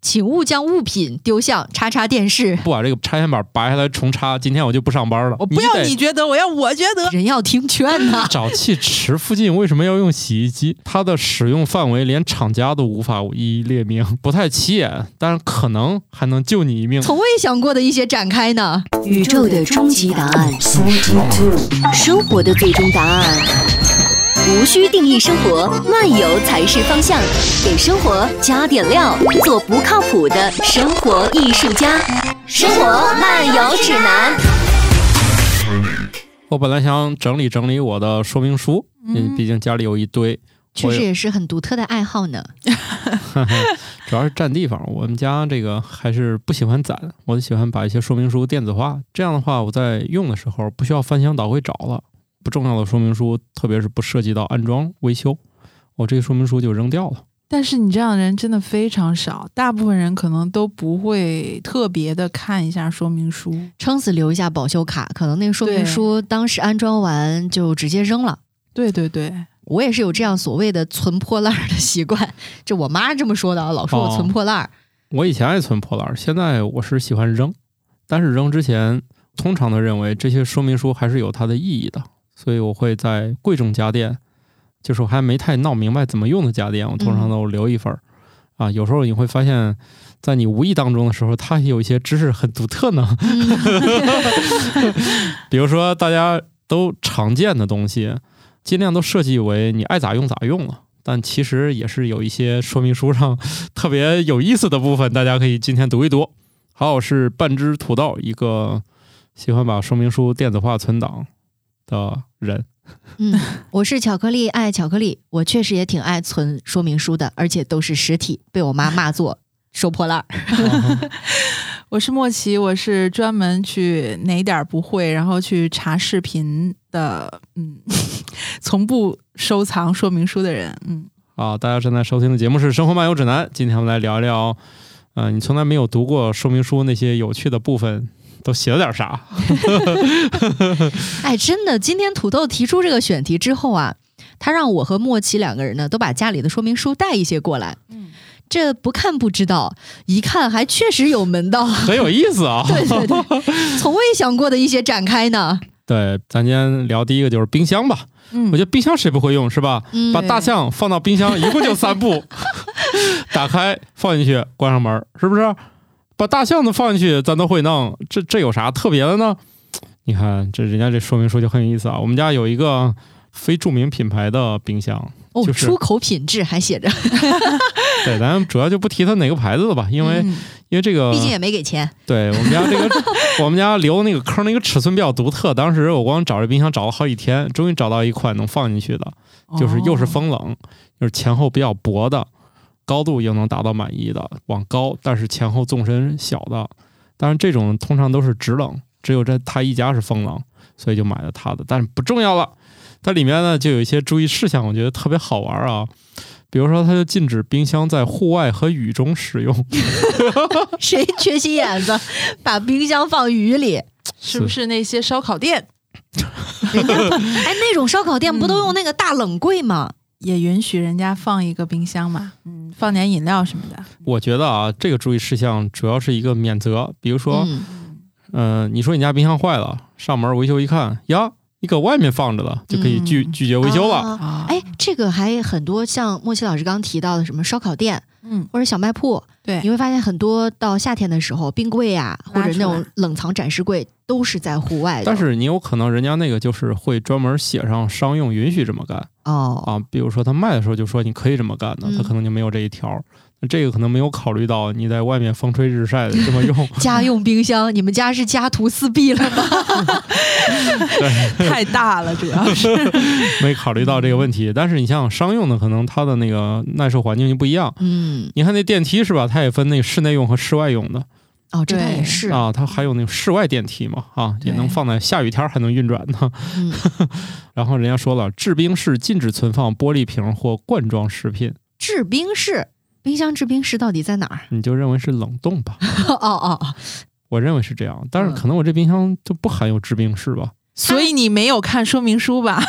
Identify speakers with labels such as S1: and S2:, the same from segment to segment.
S1: 请勿将物品丢向叉叉电视。
S2: 不把这个插线板拔下来重插，今天我就不上班了。
S3: 我不要
S2: 得
S3: 你觉得，我要我觉得。
S1: 人要听劝 呐、
S2: 沼气池附近为什么要用洗衣机？它的使用范围连厂家都无法一一列明，不太起眼，但是可能还能救你一命。
S1: 从未想过的一些展开呢。
S4: 宇宙的终极答案，生活的最终答案。无需定义生活，漫游才是方向。给生活加点料，做不靠谱的生活艺术家。生活漫游指南。
S2: 我本来想整理整理我的说明书，嗯，毕竟家里有一堆，
S1: 确实也是很独特的爱好呢。
S2: 主要是占地方。我们家这个还是不喜欢攒，我就喜欢把一些说明书电子化。这样的话，我在用的时候不需要翻箱倒柜找了。不重要的说明书，特别是不涉及到安装维修，我这个说明书就扔掉了。
S3: 但是你这样的人真的非常少，大部分人可能都不会特别的看一下说明书。
S1: 撑死留一下保修卡，可能那个说明
S3: 对
S1: 书当时安装完就直接扔了。
S3: 对对对，
S1: 我也是有这样所谓的存破烂儿的习惯， 这我妈这么说的，啊，老说我存破烂 儿。
S2: 我以前爱存破烂儿，现在我是喜欢扔，但是扔之前，通常的认为这些说明书还是有它的意义的，所以我会在贵重家电，就是我还没太闹明白怎么用的家电，我通常都留一份儿。啊，有时候你会发现，在你无意当中的时候，它也有一些知识很独特呢。
S1: 嗯
S2: 比如说大家都常见的东西，尽量都设计为你爱咋用咋用了。但其实也是有一些说明书上特别有意思的部分，大家可以今天读一读。还有是半只土豆，一个喜欢把说明书电子化存档的人。
S1: 嗯，我是巧克力爱巧克力，我确实也挺爱存说明书的，而且都是实体，被我妈骂作收破烂儿。
S3: 我是莫奇，我是专门去哪点儿不会，然后去查视频的，嗯， 从不收藏说明书的人，嗯，
S2: 啊，大家正在收听的节目是《生活漫游指南》，今天我们来聊一聊，呃，你从来没有读过说明书那些有趣的部分都写了点啥？
S1: 哎，真的，今天土豆提出这个选题之后啊，他让我和莫奇两个人呢，都把家里的说明书带一些过来。
S3: 嗯，
S1: 这不看不知道，一看还确实有门道。
S2: 很有意思啊！
S1: 对对对，从未想过的一些展开呢。
S2: 对，咱今天聊第一个就是冰箱吧。
S3: 嗯
S2: 我觉得冰箱谁不会用是吧？
S1: 嗯
S2: 把大象放到冰箱，一共就 三步：打开、放进去、关上门儿，是不是？把大象都放进去，咱都会弄，这这有啥特别的呢？你看，这人家这说明书就很有意思啊。我们家有一个非著名品牌的冰箱，
S1: 哦，
S2: 就是嗯
S1: 出口品质还写着，
S2: 对，咱主要就不提它哪个牌子了吧，因为、
S3: 嗯
S2: 因为这个，
S1: 毕竟也没给钱。
S2: 对我们家这个我们家留那个坑那个尺寸比较独特，当时我光找这冰箱找了好几天，终于找到一款能放进去的，就是又是
S3: 哦
S2: 风冷，就是前后比较薄的，高度又能达到满意的，往高，但是前后纵深小的。当然，这种通常都是直冷，只有这它一家是风冷，所以就买了它的，但是不重要了。它里面呢就有一些注意事项，我觉得特别好玩啊。比如说，它就禁止冰箱在户外和雨中使用，
S1: 谁缺心眼子，把冰箱放雨里？
S3: 是不是那些烧烤店
S1: 人家不，哎，那种烧烤店不都用那个大冷柜吗？
S3: 也允许人家放一个冰箱嘛？嗯，放点饮料什么的。
S2: 我觉得啊，这个注意事项主要是一个免责，比如说，
S1: 嗯，
S2: 嗯、你说你家冰箱坏了，上门维修一看，呀，你搁外面放着了，就可以拒、
S3: 嗯
S2: 拒绝维修了。
S1: 啊
S3: 啊
S1: 哎，这个还很多，像莫奇老师刚提到的什么烧烤店
S3: 嗯，
S1: 或者小卖铺，
S3: 对
S1: 你，会发现很多到夏天的时候，冰柜呀、或
S3: 拉
S1: 者那
S3: 出来
S1: 种冷藏展示柜都是在户外的。
S2: 但是你有可能人家那个就是会专门写上商用允许这么干
S1: 哦，
S2: 啊，比如说他卖的时候就说你可以这么干的，
S1: 嗯
S2: 他可能就没有这一条。那这个可能没有考虑到你在外面风吹日晒的这么 用，
S1: 家用冰箱，你们家是家徒四壁了 吗？
S3: 太大了，主要是
S2: 没考虑到这个问
S1: 嗯
S2: 题。但是你像商用的，可能它的那个耐受环境就不一样。
S1: 嗯，
S2: 你看那电梯是吧？它也分那个室内用和室外用的
S1: 哦，这倒
S3: 对
S1: 也是，
S2: 啊，它还有那种室外电梯嘛啊，也能
S3: 对
S2: 放在下雨天还能运转呢。
S1: 嗯，
S2: 然后人家说了，制冰室禁止存放玻璃瓶或罐装食品，
S1: 制冰室，冰箱制冰室到底在哪儿？
S2: 你就认为是冷冻吧。
S1: 哦哦哦，
S2: 我认为是这样，但是
S1: 嗯
S2: 可能我这冰箱就不含有制冰室吧。
S3: 所以你没有看说明书吧？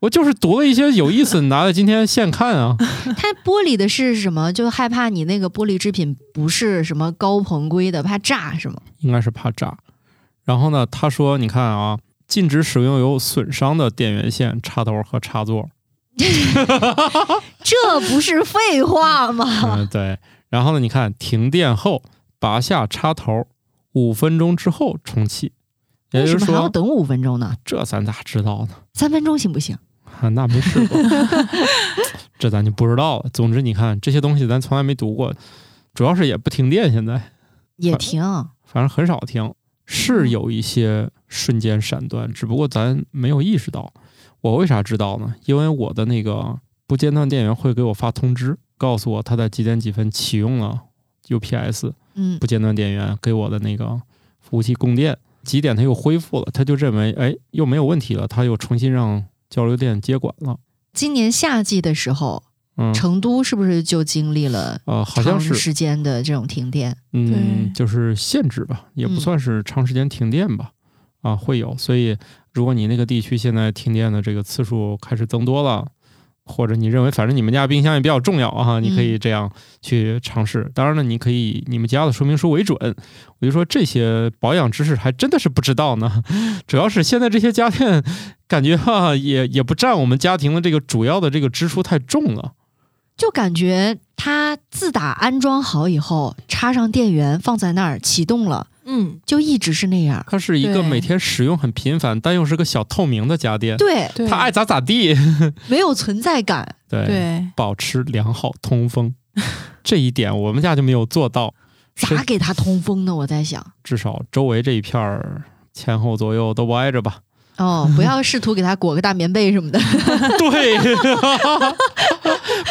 S2: 我就是读了一些有意思，拿来今天现看 啊。
S1: 它玻璃的是什么？就害怕你那个玻璃制品不是什么高硼硅的，怕炸是吗？
S2: 应该是怕炸。然后呢，他说：“你看啊，禁止使用有损伤的电源线、插头和 插座。
S1: 这不是废话吗？
S2: 嗯，对。然后呢，你看停电后拔下插头，五分钟之后重启。也
S1: 为
S2: 就
S1: 什
S2: 是
S1: 么还要
S2: 说，
S1: 等五分钟呢？
S2: 这咱咋知道啊呢？
S1: 三分钟行不行？
S2: 啊，那没试过，这咱就不知道了。总之，你看这些东西咱从来没读过，主要是也不停电，现在呃
S1: 也停，
S2: 反正很少听，是有一些瞬间闪断，只不过咱没有意识到。我为啥知道呢？因为我的那个不间断电源会给我发通知，告诉我它在几点几分启用了 UPS
S1: 嗯
S2: 不间断电源给我的那个服务器供电，几点它又恢复了，它就认为哎又没有问题了，它又重新让交流电接管了。
S1: 今年夏季的时候，
S2: 嗯，
S1: 成都是不是就经历了
S2: 呃，好像
S1: 长
S2: 是
S1: 时间的这种停电？
S2: 嗯
S3: 对，
S2: 就是限制吧，也不
S1: 嗯
S2: 算是长时间停电吧，啊，会有。所以，如果你那个地区现在停电的这个次数开始增多了，或者你认为反正你们家冰箱也比较重要啊，你可以这样去尝试。当然了，你可以以你们家的说明书为准。我就说这些保养知识还真的是不知道呢， 主要是现在这些家电感觉哈、也也不占我们家庭的这个主要的这个支出太重了。
S1: 就感觉它自打安装好以后，插上电源放在那儿启动了，
S3: 嗯，
S1: 就一直是那样。
S2: 它是一个
S3: 对
S2: 每天使用很频繁，但又是个小透明的家电。
S1: 对，
S3: 对，
S2: 他爱咋咋地。
S1: 没有存在感。
S2: 对，
S3: 对，
S2: 保持良好通风， 这一点我们家就没有做到。是
S1: 咋给它通风呢？我在想，
S2: 至少周围这一片儿前后左右都不挨 着吧？
S1: 哦，不要试图给它裹个大棉被什么的。
S2: 对，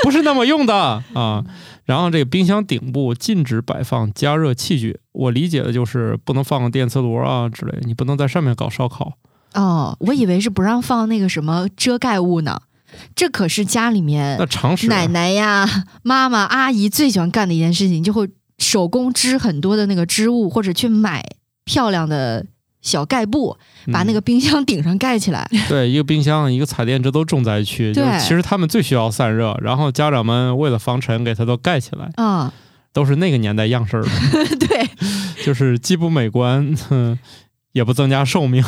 S2: 不是那么用的啊。然后这个冰箱顶部禁止摆放加热器具，我理解的就是不能放个电磁炉啊之类的，你不能在上面搞烧烤。
S1: 哦，我以为是不让放那个什么遮盖物呢，这可是家里面
S2: 那常识啊
S1: 呃奶奶呀、妈妈、阿姨最喜欢干的一件事情，就会手工织很多的那个织物，或者去买漂亮的小盖布，把那、个
S2: 嗯
S1: 冰箱顶上盖起 来。
S2: 对一个冰箱一个彩电，这都重灾区。就是
S1: 对
S2: 其实他们最需要散热，然后家长们为了防尘，给它都盖起来。
S1: 啊、
S2: 都是那个年代样式儿的，
S1: 对，
S2: 就是既不美观， 哼也不增加寿命。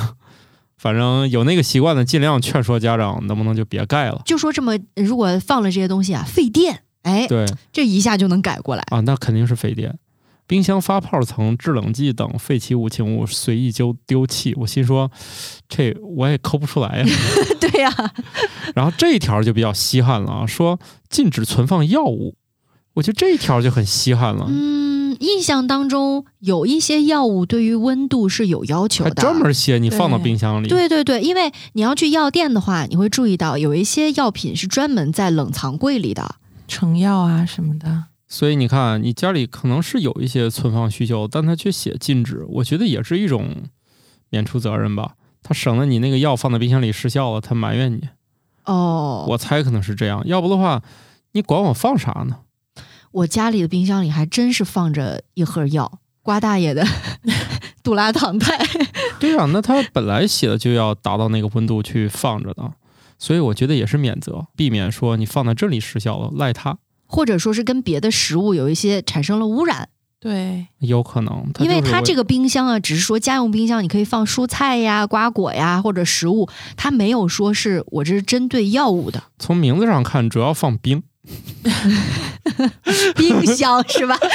S2: 反正有那个习惯的，尽量劝说家长能不能就别盖了。
S1: 就说这么，如果放了这些东西啊，费电，哎，
S2: 对
S1: 这一下就能改 过来。
S2: 啊，那肯定是费电。冰箱发泡层、制冷剂等废弃无情物随意就丢弃，我心说，这我也抠不出来呀。
S1: 对呀、
S2: 然后这一条就比较稀罕了啊，说禁止存放药物，我觉得这一条就很稀罕了，
S1: 嗯，印象当中有一些药物对于温度是有要求
S2: 还
S1: 的，
S2: 专门写你放到
S3: 对
S2: 冰箱里。
S1: 对对对，因为你要去药店的话，你会注意到有一些药品是专门在冷藏柜里的。
S3: 成药啊什么的，
S2: 所以你看，你家里可能是有一些存放需求，但他却写禁止，我觉得也是一种免除责任吧。他省得你那个药放在冰箱里失效了，他埋怨你。
S1: 哦，
S2: 我猜可能是这样，要不的话，你管我放啥呢？
S1: 我家里的冰箱里还真是放着一盒药，瓜大爷的 杜拉糖肽。
S2: 对呀、那他本来写的就要达到那个温度去放着的，所以我觉得也是免责，避免说你放在这里失效了赖他，
S1: 或者说是跟别的食物有一些产生了污染，
S3: 对，
S2: 有可能。
S1: 因为它这
S2: 个
S1: 个冰箱啊，只是说家用冰箱，你可以放蔬菜呀、瓜果呀或者食物，它没有说是我这是针对药物 的
S2: 从名字上看，主要放冰，
S1: 冰箱是吧？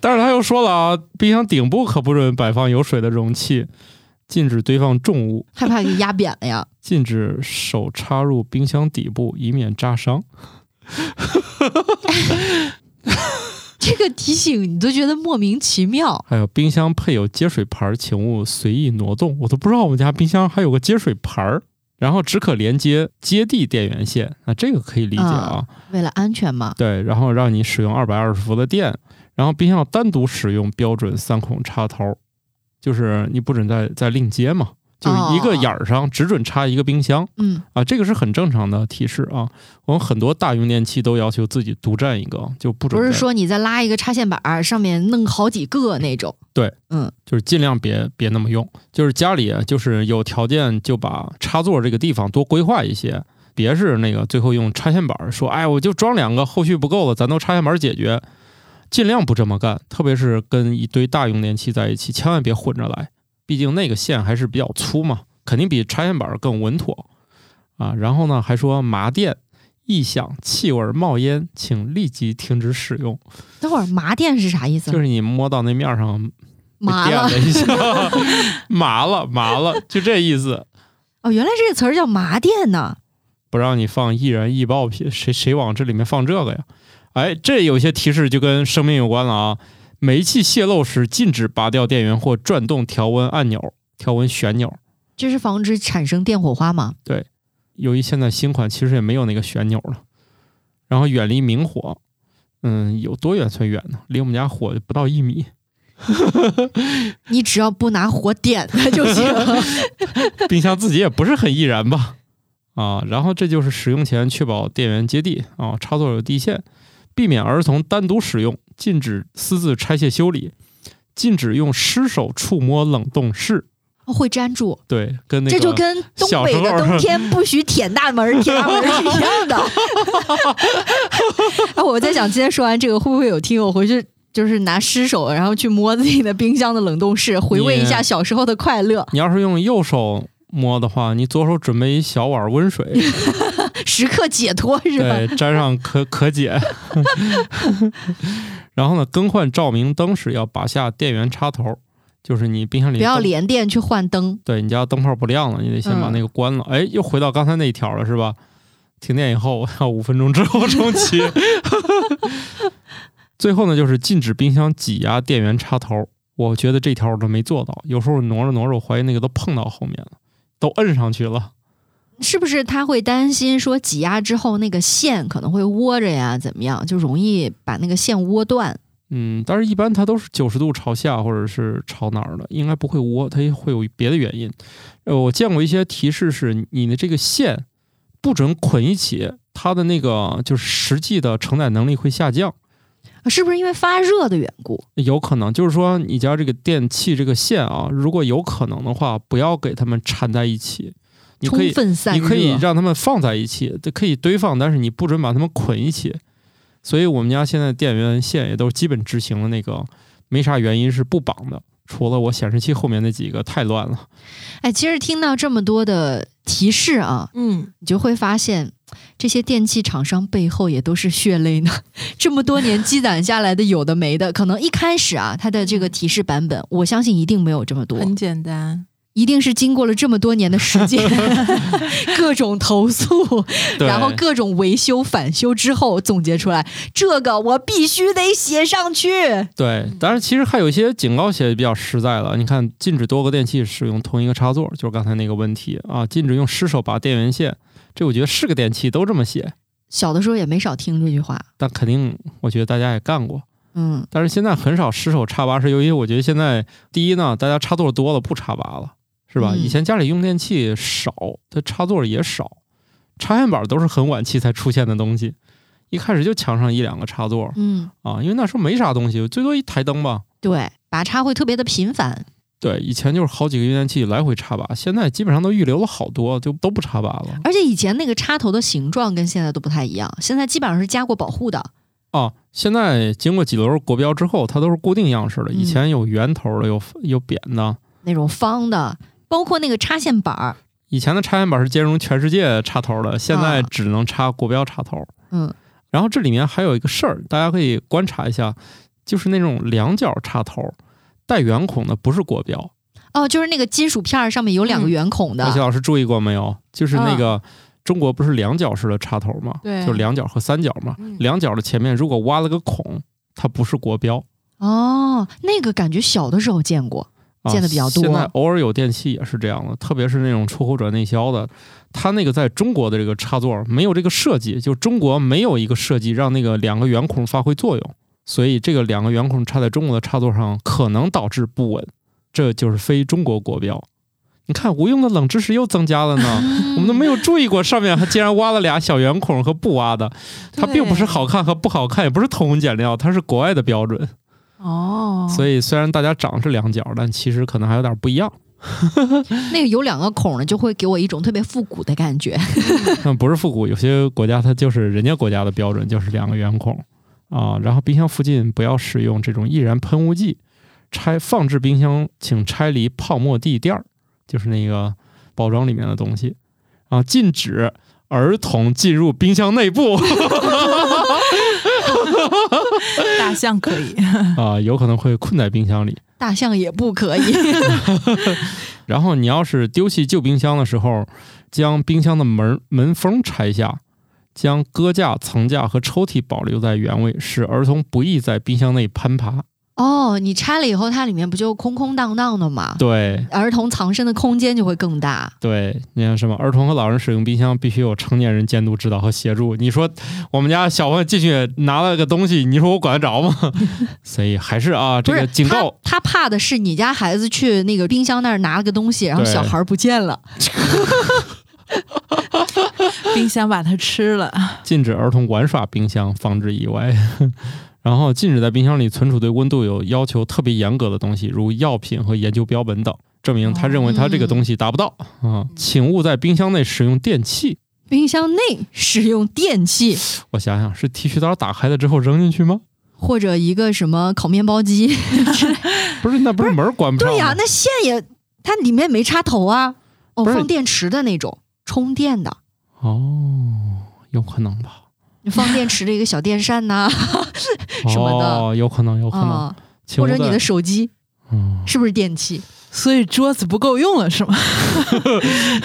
S2: 但是他又说了啊，冰箱顶部可不准摆放有水的容器，禁止堆放重物，
S1: 害怕给压扁了呀。
S2: 禁止手插入冰箱底部，以免扎伤。
S1: 这个提醒你都觉得莫名其妙，
S2: 还有冰箱配有接水盘，请勿随意挪动。我都不知道我们家冰箱还有个接水盘儿，然后只可连接接地电源线，那这个可以理解啊。
S1: 为了安全嘛。
S2: 对，然后让你使用二百二十伏的电，然后冰箱要单独使用标准三孔插头，就是你不准再再另接嘛。就是一个眼儿上只准插一个冰箱
S1: 嗯
S2: 啊，这个是很正常的提示啊。我们很多大用电器都要求自己独占一个，就不准
S1: 不是
S2: 再
S1: 说你再拉一个插线板儿上面弄好几个那种。
S2: 对，
S1: 嗯
S2: 就是尽量别别那么用，就是家里就是有条件就把插座这个地方多规划一些，别是那个最后用插线板儿说，哎，我就装两个，后续不够了，咱都插线板儿解决，尽量不这么干，特别是跟一堆大用电器在一起，千万别混着来，毕竟那个线还是比较粗嘛，肯定比插线板儿更稳妥啊。然后呢，还说麻电。异响、气味、冒烟，请立即停止使用。
S1: 等会儿麻电是啥意思？
S2: 就是你摸到那面儿上
S1: 麻
S2: 电啊
S1: 了
S2: 了一下，麻了麻了，就这意思。
S1: 哦，原来这个词儿叫麻电呢。
S2: 不让你放易燃易爆品，谁谁往这里面放这个呀？哎，这有些提示就跟生命有关了啊。煤气泄漏时禁止拔掉电源或转动调温按钮、调温旋钮。
S1: 这是防止产生电火花吗？
S2: 由于现在新款其实也没有那个旋钮了。然后远离明火，嗯，有多远算远呢？离我们家火不到一米，
S1: 你只要不拿火点它就 行。
S2: 冰箱自己也不是很易燃吧？啊，然后这就是使用前确保电源接地啊，插座有地线，避免儿童单独使用，禁止私自拆卸修理，禁止用湿手触摸冷冻室。
S1: 哦会粘住，
S2: 对，跟那个
S1: 这就跟东
S2: 小
S1: 北
S2: 时
S1: 的
S2: 候
S1: 冬天不许舔大门儿、铁大门儿是一样的。 哎，我在想，今天说完这个，会不会有听友回去就是拿湿手，然后去摸自己的冰箱的冷冻室，回味一下小时候的快乐，
S2: 你要是用右手摸的话，你左手准备一小碗 温水，
S1: 时刻解脱是吧？
S2: 对，沾上可可解。 然后呢，更换照明灯时要拔下电源插头，就是你冰箱里
S1: 不要
S2: 灯
S1: 连电去换灯，
S2: 对你家灯泡不亮了，你得先把那个关了。哎、又回到刚才那一条了，是吧？停电以后，我要五分钟之后重启。 最后呢，就是禁止冰箱挤压电源插头。我觉得这条我都没做到，有时候挪着挪着，我怀疑那个都碰到后面了，都摁上去了。
S1: 是不是他会担心说挤压之后那个线可能会窝着呀，怎么样，就容易把那个线窝断？
S2: 嗯，但是一般它都是九十度朝下或者是朝哪儿的，应该不会窝，它也会有别的原因。呃，我见过一些提示是你的这个线不准捆一起，它的那个就是实际的承载能力会下降，
S1: 是不是因为发热的缘故？
S2: 有可能就是说你家这个电器这个线啊，如果有可能的话，不要给它们缠在一起，你
S1: 充
S2: 可以
S1: 分散
S2: 你
S1: 热，
S2: 可以让它们放在一起，这可以堆放，但是你不准把它们捆一起。所以我们家现在电源线也都基本执行了那个，没啥原因是不绑的，除了我显示器后面那几个太乱了。
S1: 哎，其实听到这么多的提示啊，
S3: 嗯，
S1: 你就会发现，这些电器厂商背后也都是血泪呢。 这么多年积攒下来的，有的没的，可能一开始啊，它的这个提示版本，我相信一定没有这么多，
S3: 很简单，
S1: 一定是经过了这么多年的时间， 各种投诉，
S2: 对，
S1: 然后各种维修、返修之后总结出来，这个我必须得写上去。
S2: 对，当然其实还有一些警告写的比较实在了。你看，禁止多个电器使用同一个插座，就是刚才那个问题啊，禁止用湿手拔电源线，这我觉得是个电器都这么写，
S1: 小的时候也没少听这句话，
S2: 但肯定我觉得大家也干过。
S1: 嗯，
S2: 但是现在很少失手插拔，是由于我觉得现在第一呢，大家插座多了不插拔了，是吧？
S1: 嗯
S2: 以前家里用电器少，它插座也少，插线板都是很晚期才出现的东西，一开始就抢上一两个插座
S1: 嗯，
S2: 啊，因为那时候没啥东西，最多一台灯吧。
S1: 对，拔插会特别的频繁。
S2: 对，以前就是好几个用电器来回插拔，现在基本上都预留了好多，就都不插拔了。
S1: 而且以前那个插头的形状跟现在都不太一样，现在基本上是加过保护的。
S2: 哦，现在经过几轮国标之后，它都是固定样式的，以
S1: 嗯
S2: 前有圆头的，有有扁的，
S1: 那种方的，包括那个插线板儿，
S2: 以前的插线板是兼容全世界插头的，现在
S1: 啊
S2: 只能插国标插头。
S1: 嗯，
S2: 然后这里面还有一个事儿，大家可以观察一下，就是那种两角插头带圆孔的不是国标。
S1: 哦，就是那个金属片儿上面有两个圆孔
S3: 啊
S1: 的
S2: 那，老师注意过没有？就是那个、中国不是两角式的插头嘛，
S3: 对
S2: 就两角和三角嘛。
S3: 嗯
S2: 两角的前面如果挖了个孔，它不是国标。
S1: 哦，那个感觉小的时候见过，
S2: 啊
S1: 见得比较多
S2: 现在偶尔有电器也是这样的，特别是那种出口转内销的，它那个在中国的这个插座没有这个设计，就中国没有一个设计让那个两个圆孔发挥作用，所以这个两个圆孔插在中国的插座上可能导致不稳，这就是非中国国标。你看无用的冷知识又增加了 呢，我们都没有注意过上面还竟然挖了俩小圆孔和不挖的，它并不是好看和不好看，也不是偷工减料，它是国外的标准。
S3: 哦，
S2: 所以虽然大家长是两角，但其实可能还有点不一样。
S1: 那个有两个孔的，就会给我一种特别复古的感觉。
S2: 嗯，不是复古，有些国家它就是人家国家的标准就是两个圆孔啊、然后冰箱附近不要使用这种易燃喷雾剂，拆放置冰箱请拆离泡沫地垫儿，就是那个包装里面的东西啊。禁止儿童进入冰箱内部
S3: 大象可以，
S2: 啊，有可能会困在冰箱里。
S1: 大象也不可以，
S2: 然后你要是丢弃旧冰箱的时候，将冰箱的门门封拆下，将搁架、层架和抽屉保留在原位，使儿童不易在冰箱内攀爬。
S1: 哦，你拆了以后，它里面不就空空荡荡的吗？
S2: 对
S1: 儿童藏身的空间就会更大。
S2: 对，你看什么？儿童和老人使用冰箱必须有成年人监督、指导和协助。你说我们家小朋友进去拿了个东西，你说我管得着吗？ 所以还是啊，这
S1: 不
S2: 个
S1: 是
S2: 警告
S1: 他，他怕的是你家孩子去那个冰箱那儿拿了个东西，然后
S2: 对
S1: 小孩儿不见了。
S3: 冰箱把它吃了。
S2: 禁止儿童玩耍冰箱，防止意外。 然后禁止在冰箱里存储对温度有要求特别严格的东西，如药品和研究标本等，证明他认为他这
S1: 哦
S2: 个东西达不到啊、请勿在冰箱内使用电器。
S1: 冰箱内使用电器
S2: 我想想，是剃须刀打开了之后扔进去吗？
S1: 或者一个什么烤面包 机，
S2: 不是，那不是门儿关不上
S1: 对
S2: 吗？
S1: 呀、那线也它里面没插头啊，哦，
S2: 不是
S1: 放电池的那种，充电的，
S2: 哦，有可能吧。
S1: 放电池的一个小电扇 呐、 什么的
S2: 哦，有可能，有可能。
S1: 啊，
S2: 请
S1: 或
S2: 勿
S1: 者
S2: 在
S1: 你的手机
S2: 嗯，
S1: 是不是电器？
S3: 所以桌子不够用了是吗？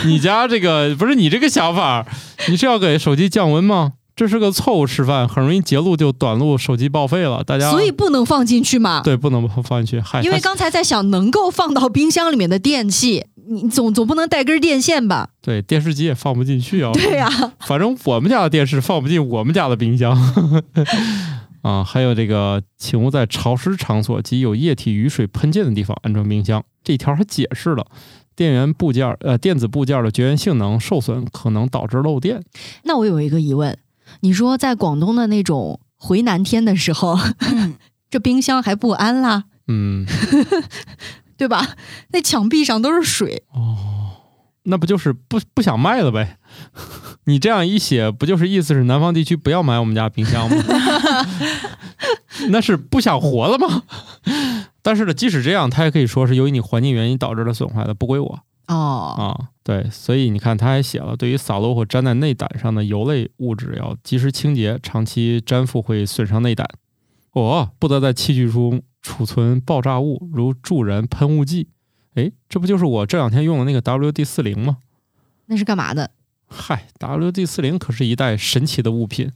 S2: 你家这个不是你这个想法，你是要给手机降温吗？这是个错误示范，很容易截录就短路，手机报废了。大家
S1: 所以不能放进去嘛。
S2: 对不能放进去，嗨，
S1: 因为
S2: 它
S1: 刚才在想能够放到冰箱里面的电器，你总总不能带根电线吧？
S2: 对电视机也放不进去啊。
S1: 对呀、
S2: 反正我们家的电视放不进我们家的冰箱。 啊，还有这个，请勿在潮湿场所及有液体雨水喷溅的地方安装冰箱。这条还解释了电源部件，呃，电子部件的绝缘性能受损，可能导致漏电。
S1: 那我有一个疑问，你说在广东的那种回南天的时候，这冰箱还不安啦，
S2: 嗯，
S1: 对吧？那墙壁上都是水，
S2: 那不就是不不想卖了呗？你这样一写，不就是意思是南方地区不要买我们家冰箱吗？ 那是不想活了吗？但是呢，即使这样，他也可以说是由于你环境原因导致了损坏的，不归我
S1: 哦，
S2: 啊。对，所以你看，他还写了，对于洒落或粘在内胆上的油类物质要及时清洁，长期粘附会损伤内胆。哦，不得在器具中储存爆炸物，如助燃喷雾剂。诶，这不就是我这两天用的那个 WD 四零吗？
S1: 那是干嘛的？
S2: 嗨，WD 四零可是一代神奇的物品，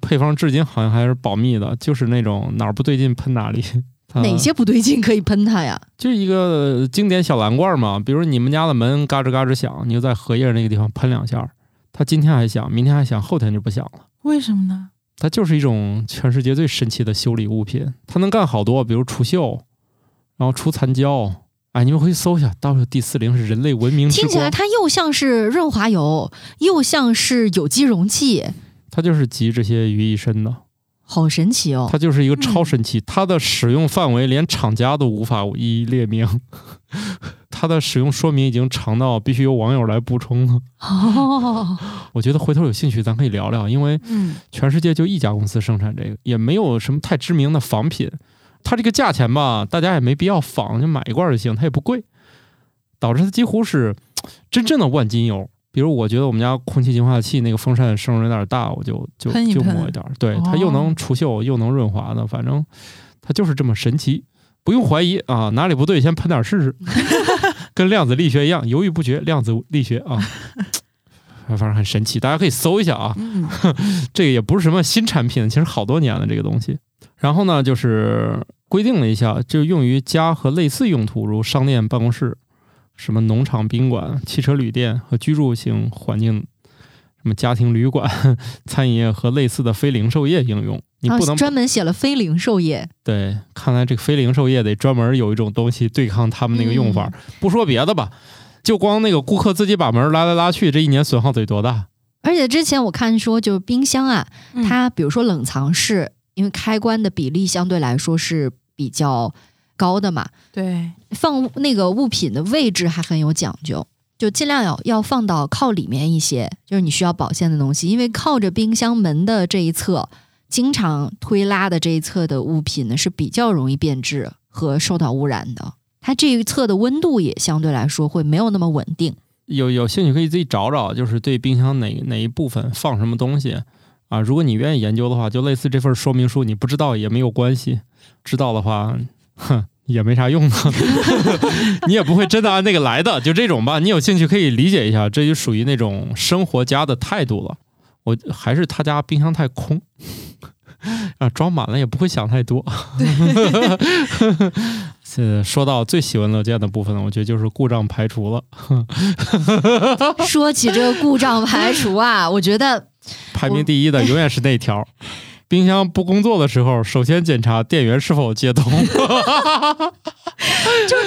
S2: 配方至今好像还是保密的，就是那种哪儿不对劲喷哪里。它
S1: 哪些不对劲可以喷它呀？
S2: 就一个经典小蓝罐嘛，比如你们家的门嘎吱嘎吱响，你就在荷叶那个地方喷两下儿，它今天还响，明天还响，后天就不响了。
S3: 为什么呢？
S2: 它就是一种全世界最神奇的修理物品，它能干好多，比如除锈，然后除残胶。哎，你们回去搜一下，WD 四零是人类文明 之
S1: 听起来
S2: 光，
S1: 它又像是润滑油，又像是有机溶剂，
S2: 它就是集这些于一身的。
S1: 好神奇哦！
S2: 它就是一个超神器，它的使用范围连厂家都无法一一列明， 它的使用说明已经长到必须由网友来补充了。
S1: 哦，
S2: 我觉得回头有兴趣咱可以聊聊，因为
S3: 嗯，
S2: 全世界就一家公司生产这个，也没有什么太知名的仿品。它这个价钱吧，大家也没必要仿，就买一罐儿就行，它也不贵，导致它几乎是真正的万金油。比如，我觉得我们家空气净化器那个风扇声儿有点大，我就就
S3: 喷一
S2: 就
S3: 喷
S2: 抹一点儿，对，它又能除锈又能润滑的，反正它就是这么神奇，不用怀疑啊，哪里不对先喷点儿试试，跟量子力学一样，犹豫不决，量子力学啊， 反正很神奇，大家可以搜一下啊。
S3: 嗯，
S2: 这个也不是什么新产品，其实好多年了这个东西。然后呢，就是规定了一下，就用于家和类似用途，如商店、办公室、什么农场、宾馆、汽车旅店和居住性环境，什么家庭旅馆、 餐饮业和类似的非零售业应用。你不能、
S1: 啊专门写了非零售业，
S2: 对，看来这个非零售业得专门有一种东西对抗他们那个用法。不说别的吧，就光那个顾客自己把门拉来拉去，这一年损耗得多大？
S1: 而且之前我看说，就是冰箱啊，
S3: 嗯
S1: 它比如说冷藏室，因为开关的比例相对来说是比较高的嘛，
S3: 对，
S1: 放那个物品的位置还很有讲究，就尽量要要放到靠里面一些，就是你需要保鲜的东西，因为靠着冰箱门的这一侧，经常推拉的这一侧的物品呢是比较容易变质和受到污染的，它这一侧的温度也相对来说会没有那么稳定。
S2: 有有兴趣可以自己找找，就是对冰箱哪哪一部分放什么东西啊？如果你愿意研究的话，就类似这份说明书，你不知道也没有关系，知道的话，哼，也没啥用的，啊 你也不会真的按那个来的，就这种吧。你有兴趣可以理解一下，这就属于那种生活家的态度了。我还是他家冰箱太空啊，装满了也不会想太多。 是说到最喜闻乐见的部分，我觉得就是故障排除了。
S1: 说起这个故障排除啊，我觉得
S2: 排名第一的永远是那条。冰箱不工作的时候，首先检查电源是否接通，
S1: 就是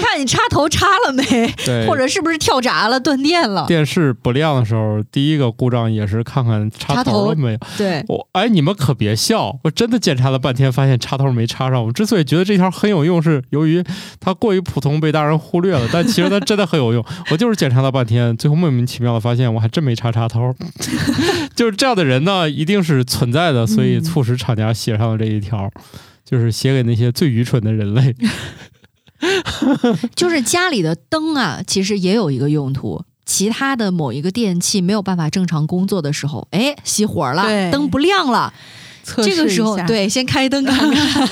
S1: 看你插头插了没，
S2: 对
S1: 或者是不是跳闸了、断电了。
S2: 电视不亮的时候，第一个故障也是看看插头了没有。
S1: 对，
S2: 我哎，你们可别笑，我真的检查了半天，发现插头没插上。我之所以觉得这条很有用，是由于它过于普通，被大人忽略了。但其实它真的很有用，我就是检查了半天，最后莫名其妙的发现我还真没插插头。 就是这样的人呢，一定是存在的，所以
S3: 嗯
S2: 促使厂家写上了这一条，就是写给那些最愚蠢的人类。
S1: 就是家里的灯啊，其实也有一个用途。其他的某一个电器没有办法正常工作的时候，哎，熄火了，
S3: 对
S1: 灯不亮了，
S3: 测
S1: 这个
S3: 试一
S1: 时候
S3: 下
S1: 对，先开灯看 看。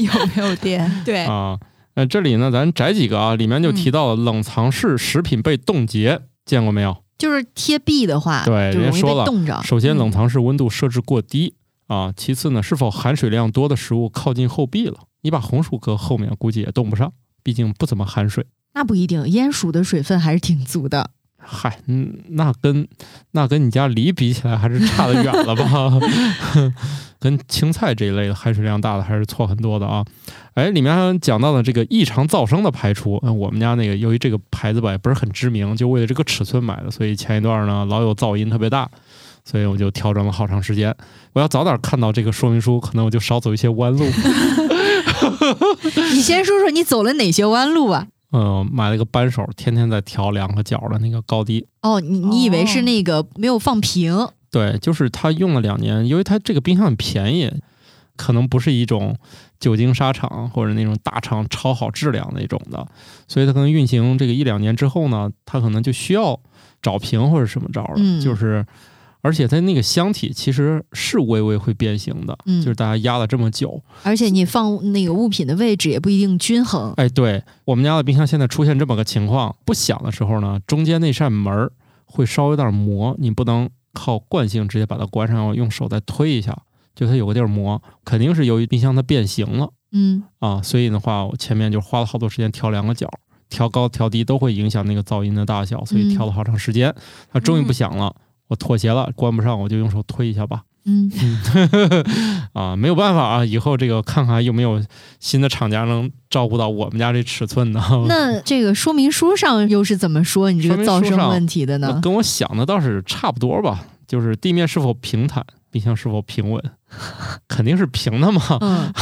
S3: 有没有电？
S1: 对，
S2: 啊。那这里呢，咱摘几个啊，里面就提到了冷藏室食品被冻结，见过没有？
S1: 就是贴壁的话，
S2: 对
S1: 就
S2: 人
S1: 容
S2: 家
S1: 易
S2: 说
S1: 被
S2: 了
S1: 冻着。
S2: 首先，
S3: 嗯
S2: 冷藏室温度设置过低啊。其次呢，是否含水量多的食物靠近后壁了？你把红薯搁后面，估计也冻不上，毕竟不怎么含水。
S1: 那不一定，烟鼠的水分还是挺足的。
S2: 嗨，嗯，那跟那跟你家梨比起来，还是差得远了吧？ 跟青菜这一类的含水量大的还是错很多的啊。哎，里面还讲到了这个异常噪声的排除。嗯，我们家那个由于这个牌子吧也不是很知名，就为了这个尺寸买的，所以前一段呢老有噪音特别大，所以我就调整了好长时间。我要早点看到这个说明书，可能我就少走一些弯路。
S1: 你先说说你走了哪些弯路啊？
S2: 嗯，买了个扳手，天天在调两个角的那个高低。
S1: 哦，你你以为是
S3: 哦
S1: 那个没有放平，
S2: 对，就是它用了两年，因为它这个冰箱很便宜，可能不是一种久经沙场或者那种大厂超好质量那种的，所以它可能运行这个一两年之后呢，它可能就需要找平或者什么招了，
S1: 嗯
S2: 就是。而且它那个箱体其实是微微会变形的，
S1: 嗯
S2: 就是大家压了这么久，
S1: 而且你放那个物品的位置也不一定均衡。
S2: 哎，对我们家的冰箱现在出现这么个情况，不响的时候呢，中间那扇门儿会稍微有点磨，你不能靠惯性直接把它关上，用手再推一下，就它有个地儿磨，肯定是由于冰箱它变形了
S1: 嗯，
S2: 啊，所以的话，我前面就花了好多时间调两个角。调高调低都会影响那个噪音的大小，所以调了好长时间，它终于不响了。我妥协了，关不上我就用手推一下吧。
S1: 嗯，
S2: 啊，没有办法啊，以后这个看看有没有新的厂家能照顾到我们家这尺寸呢。
S1: 那这个说明书上又是怎么说你这个噪声问题的
S2: 那
S1: 呢？
S2: 跟我想的倒是差不多吧，就是地面是否平坦，冰箱是否平稳，肯定是平的嘛。
S1: 嗯，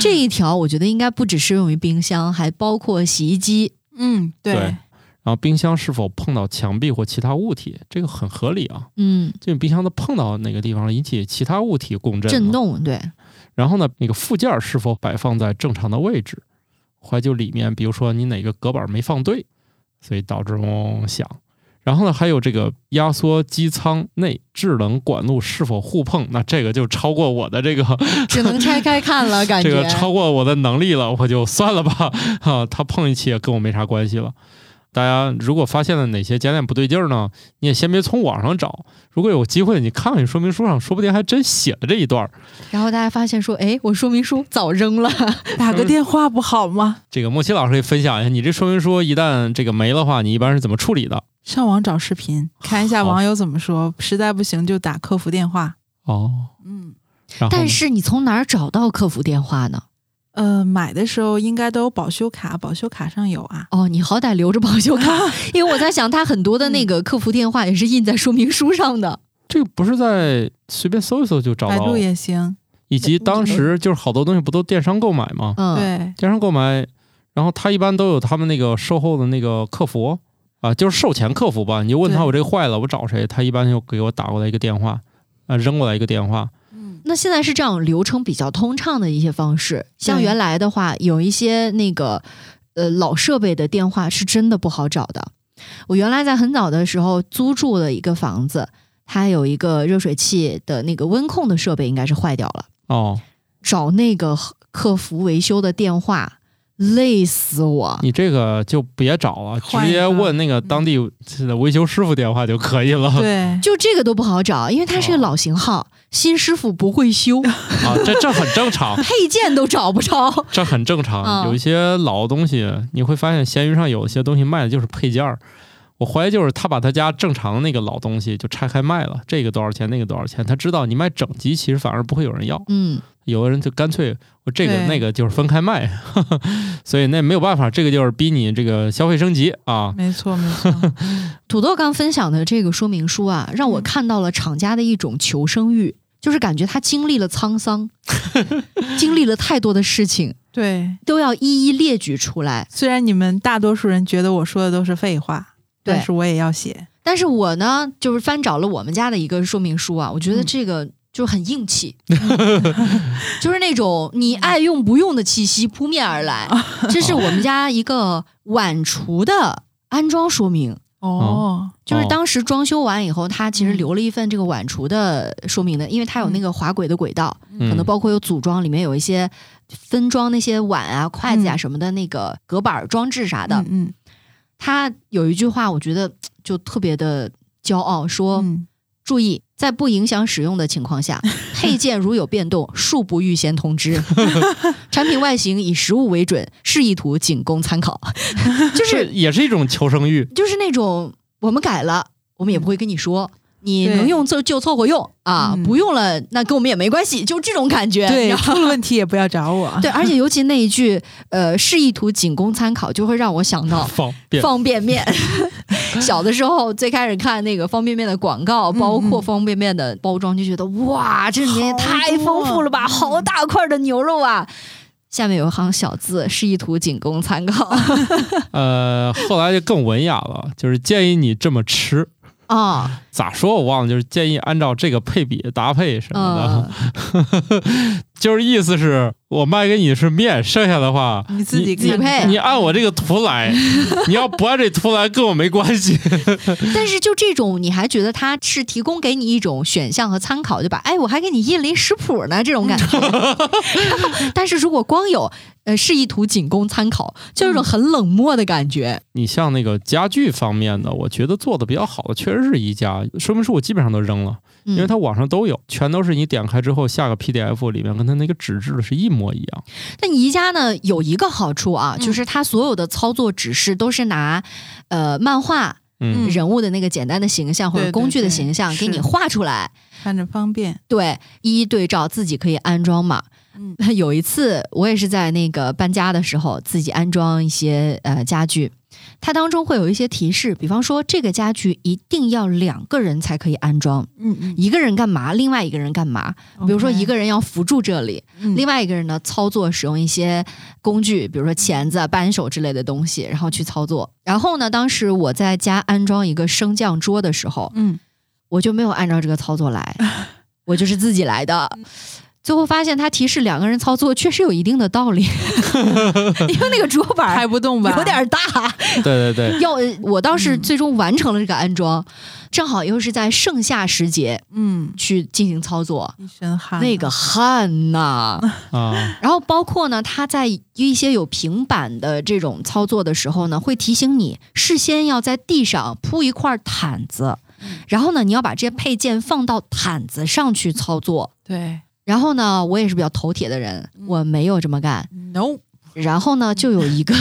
S1: 这一条我觉得应该不只适用于冰箱，还包括洗衣机。
S3: 嗯，
S2: 对然后冰箱是否碰到墙壁或其他物体，这个很合理啊。
S1: 嗯，
S2: 这冰箱它碰到哪个地方了，引起其他物体共振，
S1: 震。动对，
S2: 然后呢，那个附件是否摆放在正常的位置，怀旧里面，比如说你哪个隔板没放对，所以导致嗡嗡嗡响。然后呢，还有这个压缩机舱内制冷管路是否互碰，那这个就超过我的这个
S1: 只能拆开看了，感
S2: 这
S1: 觉。
S2: 个超过我的能力了，我就算了吧。 啊，他碰一起也跟我没啥关系了。大家如果发现了哪些家电不对劲儿呢，你也先别从网上找。如果有机会，你看看说明书上，说不定还真写了这一段儿。
S1: 然后大家发现说，哎，我说明书早扔 了。
S3: 打个电话不好吗？
S2: 这个莫奇老师可以分享一下，你这说明书一旦这个没了话，你一般是怎么处理的？
S3: 上网找视频，看一下
S2: 好
S3: 网友怎么说，实在不行就打客服电话。
S2: 哦，
S3: 嗯，
S2: 然后呢
S1: 但是你从哪儿找到客服电话呢？
S3: 呃，买的时候应该都有保修卡，保修卡上有啊。
S1: 哦，你好歹留着保修卡， 因为我在想，他很多的那个客服电话也是印在说明书上的。
S2: 这个不是在随便搜一搜就找
S3: 百
S2: 到
S3: 度，也行，
S2: 以及当时就是好多东西不都电商购买吗？
S1: 嗯，，
S3: 对，
S2: 电商购买，然后他一般都有他们那个售后的那个客服啊，就是售前客服吧。你就问他
S3: 对
S2: 我这个坏了，我找谁？他一般就给我打过来一个电话，啊，扔过来一个电话。
S3: 嗯，
S1: 那现在是这样，流程比较通畅的一些方式，像
S3: 对
S1: 原来的话，有一些那个呃老设备的电话是真的不好找的。我原来在很早的时候租住了一个房子，它有一个热水器的那个温控的设备应该是坏掉了，
S2: 哦，
S1: 找那个客服维修的电话累死
S3: 啊
S1: 我。
S2: 你这个就别找了，直
S3: 换一
S2: 接
S3: 个
S2: 问那个当地的维修师傅电话就可以 了。
S3: 嗯对，
S1: 就这个都不好找，因为它是个
S2: 哦
S1: 老型号，新师傅不会修，，
S2: 啊，这这很正常
S1: 配件都找不着。
S2: 这很正
S1: 嗯
S2: 常。有一些老东西，你会发现闲鱼上有一些东西卖的就是配件儿。我怀疑就是他把他家正常的那个老东西就拆开卖了，这个多少钱，那个多少钱。他知道你卖整机，其实反而不会有人要。
S1: 嗯，
S2: 有的人就干脆我这个
S3: 对
S2: 那个就是分开卖， 所以那没有办法，这个就是逼你这个消费升级啊。
S3: 没错没 错，
S1: 土豆刚分享的这个说明书啊，让我
S3: 嗯
S1: 看到了厂家的一种求生欲，就是感觉他经历了沧 桑，经历了太多的事情，
S3: 对。
S1: 都要一一列举出来。
S3: 虽然你们大多数人觉得我说的都是废话，
S1: 对
S3: 但是我也要写。
S1: 但是我呢，就是翻找了我们家的一个说明书啊，我觉得
S3: 嗯
S1: 这个就很硬 气，就是那种你爱用不用的气息扑面而来。这是我们家一个碗橱的安装说明。
S3: 哦，
S1: 就是
S2: 哦
S1: 当时装修完以后，他其实
S3: 嗯
S1: 留了一份这个碗橱的说明的，因为它有那个滑轨的轨道，
S2: 嗯
S1: 可能包括有组装，里面有一些分装那些碗啊、筷子啊
S3: 嗯
S1: 什么的那个隔板装置啥的
S3: 嗯。嗯
S1: 他有一句话，我觉得嘖就特别的骄傲，说
S3: 嗯，
S1: 注意，在不影响使用的情况下，配件如有变动，恕不预先通知。产品外形以实物为准，示意图仅供参考。 就是
S2: 这也是一种求生欲。
S1: 就是那种我们改了，我们也不会跟你说。你
S3: 对
S1: 能用就就凑合用啊，
S3: 嗯
S1: 不用了那跟我们也没关系，就这种感觉。你
S3: 对，
S1: 知道
S3: 出了问题也不要找 我。
S1: 对，而且尤其那一句呃示意图仅供参考，就会让我想到
S2: 方便
S1: 嗯方便面。 小的时候最开始看那个方便面的广告，包括
S3: 嗯
S1: 方便面的包装，就觉得哇，这里面
S3: 好
S1: 太丰富了吧，
S3: 多
S1: 好大块的牛肉啊！下面有一行小字，示意图仅供参考
S2: 呃，后来就更文雅了，就是建议你这么吃。
S1: 啊，
S2: 咋说我忘了，就是建议按照这个配比搭配什么的，
S1: 嗯，
S2: 就是意思是我卖给你是面，剩下的话
S3: 你自己
S2: 你
S1: 自己
S3: 看
S1: 配
S2: 你按我这个图 来，你要不按这图来跟我没关系。
S1: 但是就这种，你还觉得它是提供给你一种选项和参考，对吧？哎，我还给你印了一食谱呢，这种感 觉。然后但是如果光有呃示意图仅供参考，就有一
S3: 嗯
S1: 种很冷漠的感觉。
S2: 你像那个家具方面的，我觉得做的比较好的确实是宜家，说明书我基本上都扔了，
S1: 嗯、
S2: 因为它网上都有，全都是你点开之后下个 PDF，里面跟它那个纸质的是一模一样。
S1: 但宜家呢有一个好处啊，
S3: 嗯
S1: 就是它所有的操作指示都是拿呃漫画
S2: 嗯，
S3: 嗯
S1: 人物的那个简单的形象或者
S3: 对对
S1: 工具的
S3: 对
S1: 形象给
S3: 是
S1: 你画出来，
S3: 看着方便。
S1: 对，一一对照自己可以安装嘛。
S3: 嗯
S1: 有一次我也是在那个搬家的时候自己安装一些呃家具，它当中会有一些提示，比方说这个家具一定要两个人才可以安装，
S3: 嗯嗯，
S1: 一个人干嘛，另外一个人干嘛。嗯比如说一个人要扶住这里，
S3: 另
S1: 另外一个人呢操作使用一些工具，比如说钳子、啊、扳手之类的东西，然后去操作。然后呢，当时我在家安装一个升降桌的时候，
S3: 嗯
S1: 我就没有按照这个操作来，我就是自己来的。 最后发现它提示两个人操作确实有一定的道理，因为那个桌板
S3: 拍
S1: 儿
S3: 不动吧，
S1: 有点大。
S2: 对 对对，
S1: 要我倒是
S3: 嗯
S1: 最终完成了这个安装，正好又是在盛夏时节
S3: 嗯
S1: 去进行操作，
S3: 一身汗。啊
S1: 那个汗呐、
S2: 啊，
S1: 然后包括呢，它在一些有平板的这种操作的时候呢，会提醒你事先要在地上铺一块毯子，
S3: 嗯
S1: 然后呢，你要把这些配件放到毯子上去操作。
S3: 对
S1: 然后呢，我也是比较头铁的人，
S3: 嗯
S1: 我没有这么干。
S3: ，no，
S1: 然后呢，就有一 个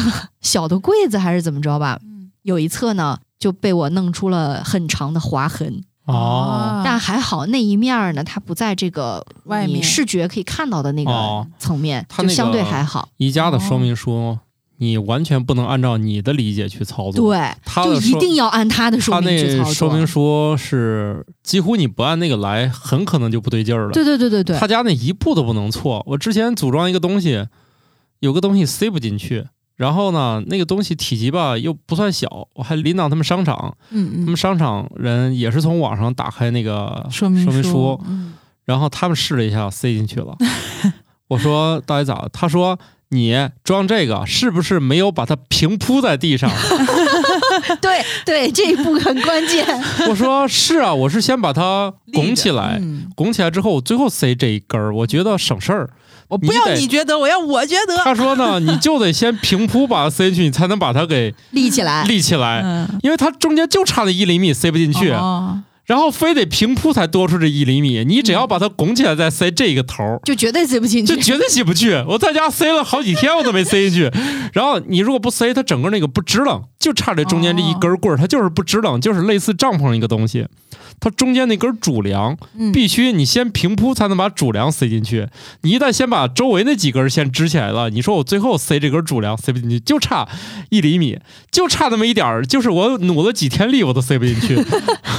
S1: 小的
S3: 嗯
S1: 柜子还是怎么着吧，有一侧呢就被我弄出了很长的划痕。
S2: 哦，
S1: 但还好那一面儿呢，它不在这个
S3: 啊外
S1: 你
S3: 面
S1: 视觉可以看到的那个
S2: 哦
S1: 层面，
S2: 它那
S1: 就
S2: 个
S1: 相对还好。
S2: 宜家的说明书，你完全不能按照你的理解去操作。，
S1: 对，
S2: 它
S1: 就
S2: 的
S1: 一
S2: 说
S1: 定要按它的
S2: 他
S1: 说明去
S2: 那
S1: 操作。
S2: 说明书是几乎你不按那个来，很可能就不对劲儿了。
S1: 对对对对对，
S2: 他家那一步都不能错。我之前组装一个东西，有个东西塞不进去，然后呢，那个东西体积吧又不算小，我还临到他们商场，他
S3: 嗯
S2: 们商场人也是从网上打开那个
S3: 嗯，
S2: 说
S3: 明
S2: 明
S3: 书
S2: 书，，然后他们试了一下，塞进去了。 我说到底咋了？他说你装这个是不是没有把它平铺在地上？
S1: 对对，这一步很关键。
S2: 我说是啊，我是先把它拱起来，
S3: 嗯
S2: 拱起来之后，我最后塞这一根儿，我觉得省事儿。
S3: 我不要
S2: 得
S3: 你觉得，我要我觉得，
S2: 他说 呢，你就得先平铺把它塞进去，你才能把它给
S1: 立起来，
S2: 立起来，
S3: 嗯，
S2: 因为它中间就差那一厘米塞不进去，
S3: 哦
S2: 然后非得平铺才多出这一厘米。你只
S3: 嗯
S2: 要把它拱起来再塞这个头儿，
S1: 就绝对塞不进
S2: 就
S1: 去。
S2: 绝对挤不去。我在家塞了好几天，我都没塞进 去。然后你如果不塞，它整个那个不支棱，就差这中间这一根棍儿，它就是不支棱，就是类似帐篷一个东西。它中间那根主梁
S3: 嗯
S2: 必须你先平铺才能把主梁塞进去。你一旦先把周围那几根儿先支起来了，你说我最后塞这根主梁塞不进去，就差一厘米，就差那么一点儿，就是我努了几天力我都塞不进 去。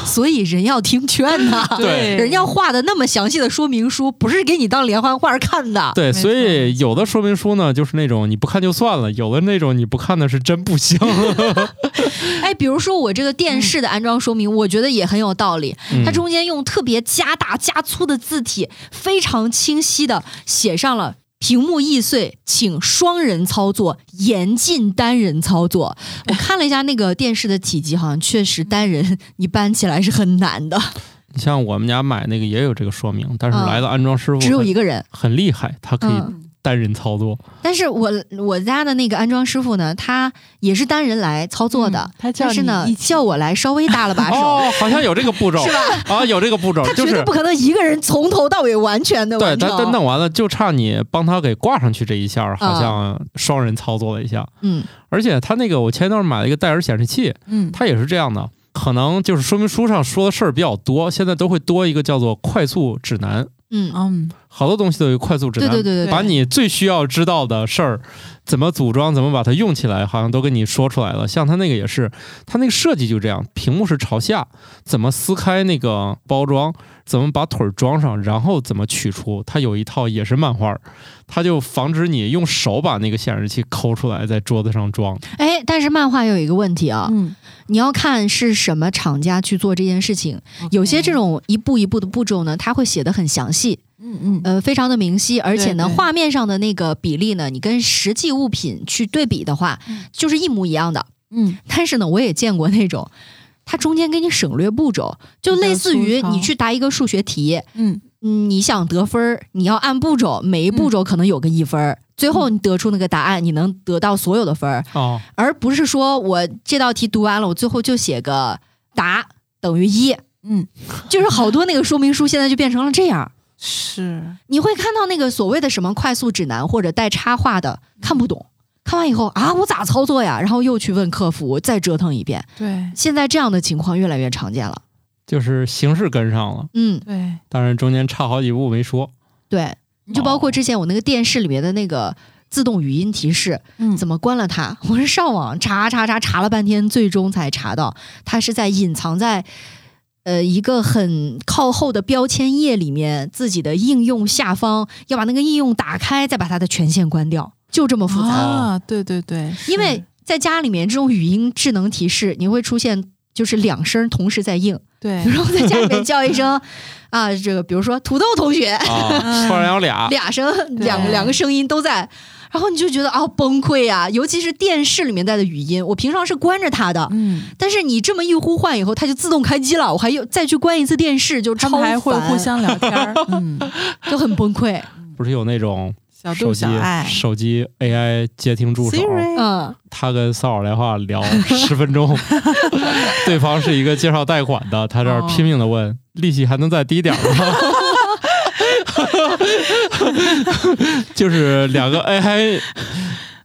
S1: 所以人要听劝呐、
S2: 对
S1: 人要画的那么详细的说明书，不是给你当连环画看的。
S2: 对，
S3: 错
S2: 所以有的说明书呢，就是那种你不看就算了；有的那种你不看的是真不 行。
S1: 哎，比如说我这个电视的安装说明，我觉得也很有道理。它
S2: 嗯
S1: 中间用特别加大加粗的字体，非常清晰的写上了。屏幕易碎，请双人操作，严禁单人操作。我看了一下那个电视的体积，好像确实单人你搬起来是很难的，
S2: 你像我们家买那个也有这个说明，但是
S1: 嗯
S2: 来的安装师傅
S1: 只有
S2: 很
S1: 一个人。
S2: 很厉害，他可以
S1: 嗯
S2: 单人操作。
S1: 但是我我家的那个安装师傅呢，他也是单人来操作的，
S3: 嗯他叫
S1: 但是呢
S3: 你一，起
S1: 叫我来稍微搭了把手，
S2: 哦，好像有这个步骤
S1: 是吧？
S2: 啊，有这个步骤
S1: 他，绝
S2: 就
S1: 对
S2: 是
S1: 不可能一个人从头到尾完全的
S2: 对，
S1: 完嗯
S2: 他
S1: 成。
S2: 他弄完了，就差你帮他给挂上去这一下儿，好像双人操作了一下。
S1: 嗯，
S2: 而且他那个我前一段买了一个戴尔显示器，
S3: 嗯，
S2: 它也是这样的。可能就是说明书上说的事儿比较多，现在都会多一个叫做快速指南，
S1: 嗯，
S3: 嗯，
S2: 好多东西都有一个快速指
S1: 对
S2: 南。
S1: 对对对
S2: 把你最需要知道的事儿，怎么组装，怎么把它用起来，好像都跟你说出来了。像它那个也是，它那个设计就这样，屏幕是朝下，怎么撕开那个包装，怎么把腿儿装上，然后怎么取出，它有一套也是漫画儿，它就防止你用手把那个显示器抠出来，在桌子上装。
S1: 哎，但是漫画有一个问题啊，
S3: 嗯，
S1: 你要看是什么厂家去做这件事情。
S3: 嗯
S1: 有些这，种一步一步的步骤呢，它会写的很详细，
S3: 嗯嗯，
S1: 呃，非常的明晰，而且呢，
S3: 对对
S1: 画面上的那个比例呢，你跟实际物品去对比的话
S3: 嗯，
S1: 就是一模一样的。
S3: 嗯，
S1: 但是呢，我也见过那种，它中间给你省略步骤，就类似于
S3: 比较粗糙
S1: 你去答一个数学题，
S3: 嗯，
S1: 嗯你想得分儿，你要按步骤，每一步骤可能有个一分儿。最
S3: 嗯
S1: 后你得出那个答案，你能得到所有的分儿，
S2: 哦，
S1: 而不是说我这道题读完了，我最后就写个答等于一，
S3: 嗯，
S1: 就是好多那个说明书现在就变成了这样。
S3: 是，
S1: 你会看到那个所谓的什么快速指南或者带插画的，看不懂，看完以后啊，我咋操作呀？然后又去问客服，再折腾一遍。
S3: 对
S1: 现在这样的情况越来越常见了。
S2: 就是形式跟上了，
S1: 嗯，
S3: 对，
S2: 但是中间差好几步没说。
S1: 对，就包括之前我那个电视里面的那个自动语音提示，
S3: 嗯
S1: 怎
S3: 么，
S1: 么关了它？ 我是上网查查查查了半天，最终才查到它是在隐藏在。呃，一个很靠后的标签页里面，自己的应用下方要把那个应用打开，再把它的权限关掉，就这么复杂。
S3: 啊，对对对，
S1: 因为
S3: 是
S1: 在家里面，这种语音智能提示，你会出现就是两声同时在应，
S3: 对
S1: 比，如我在家里面叫一声 啊，这个比如说土豆同学，
S2: 啊，
S3: 嗯
S2: 突然有俩，
S1: 俩声
S3: 对
S1: 两个两个声音都在，然后你就觉得啊崩溃呀、尤其是电视里面带的语音，我平常是关着它的。
S3: 嗯，
S1: 但是你这么一呼唤以后，它就自动开机了。我还又再去关一次电视，就
S3: 他
S1: 超
S3: 们还会
S1: 烦
S3: 互相聊天儿， 嗯，
S1: 就很崩溃。
S2: 不是有那种
S3: 小
S2: 手
S3: 度
S2: 机
S3: 小爱，
S2: 手机 AI 接听助手。
S3: Siri，
S1: 嗯，
S2: 他跟骚扰电话 聊十分钟，对方是一个介绍贷款的，他这
S3: 哦
S2: 儿拼命的问，利息还能再低点儿 吗？就是两个 AI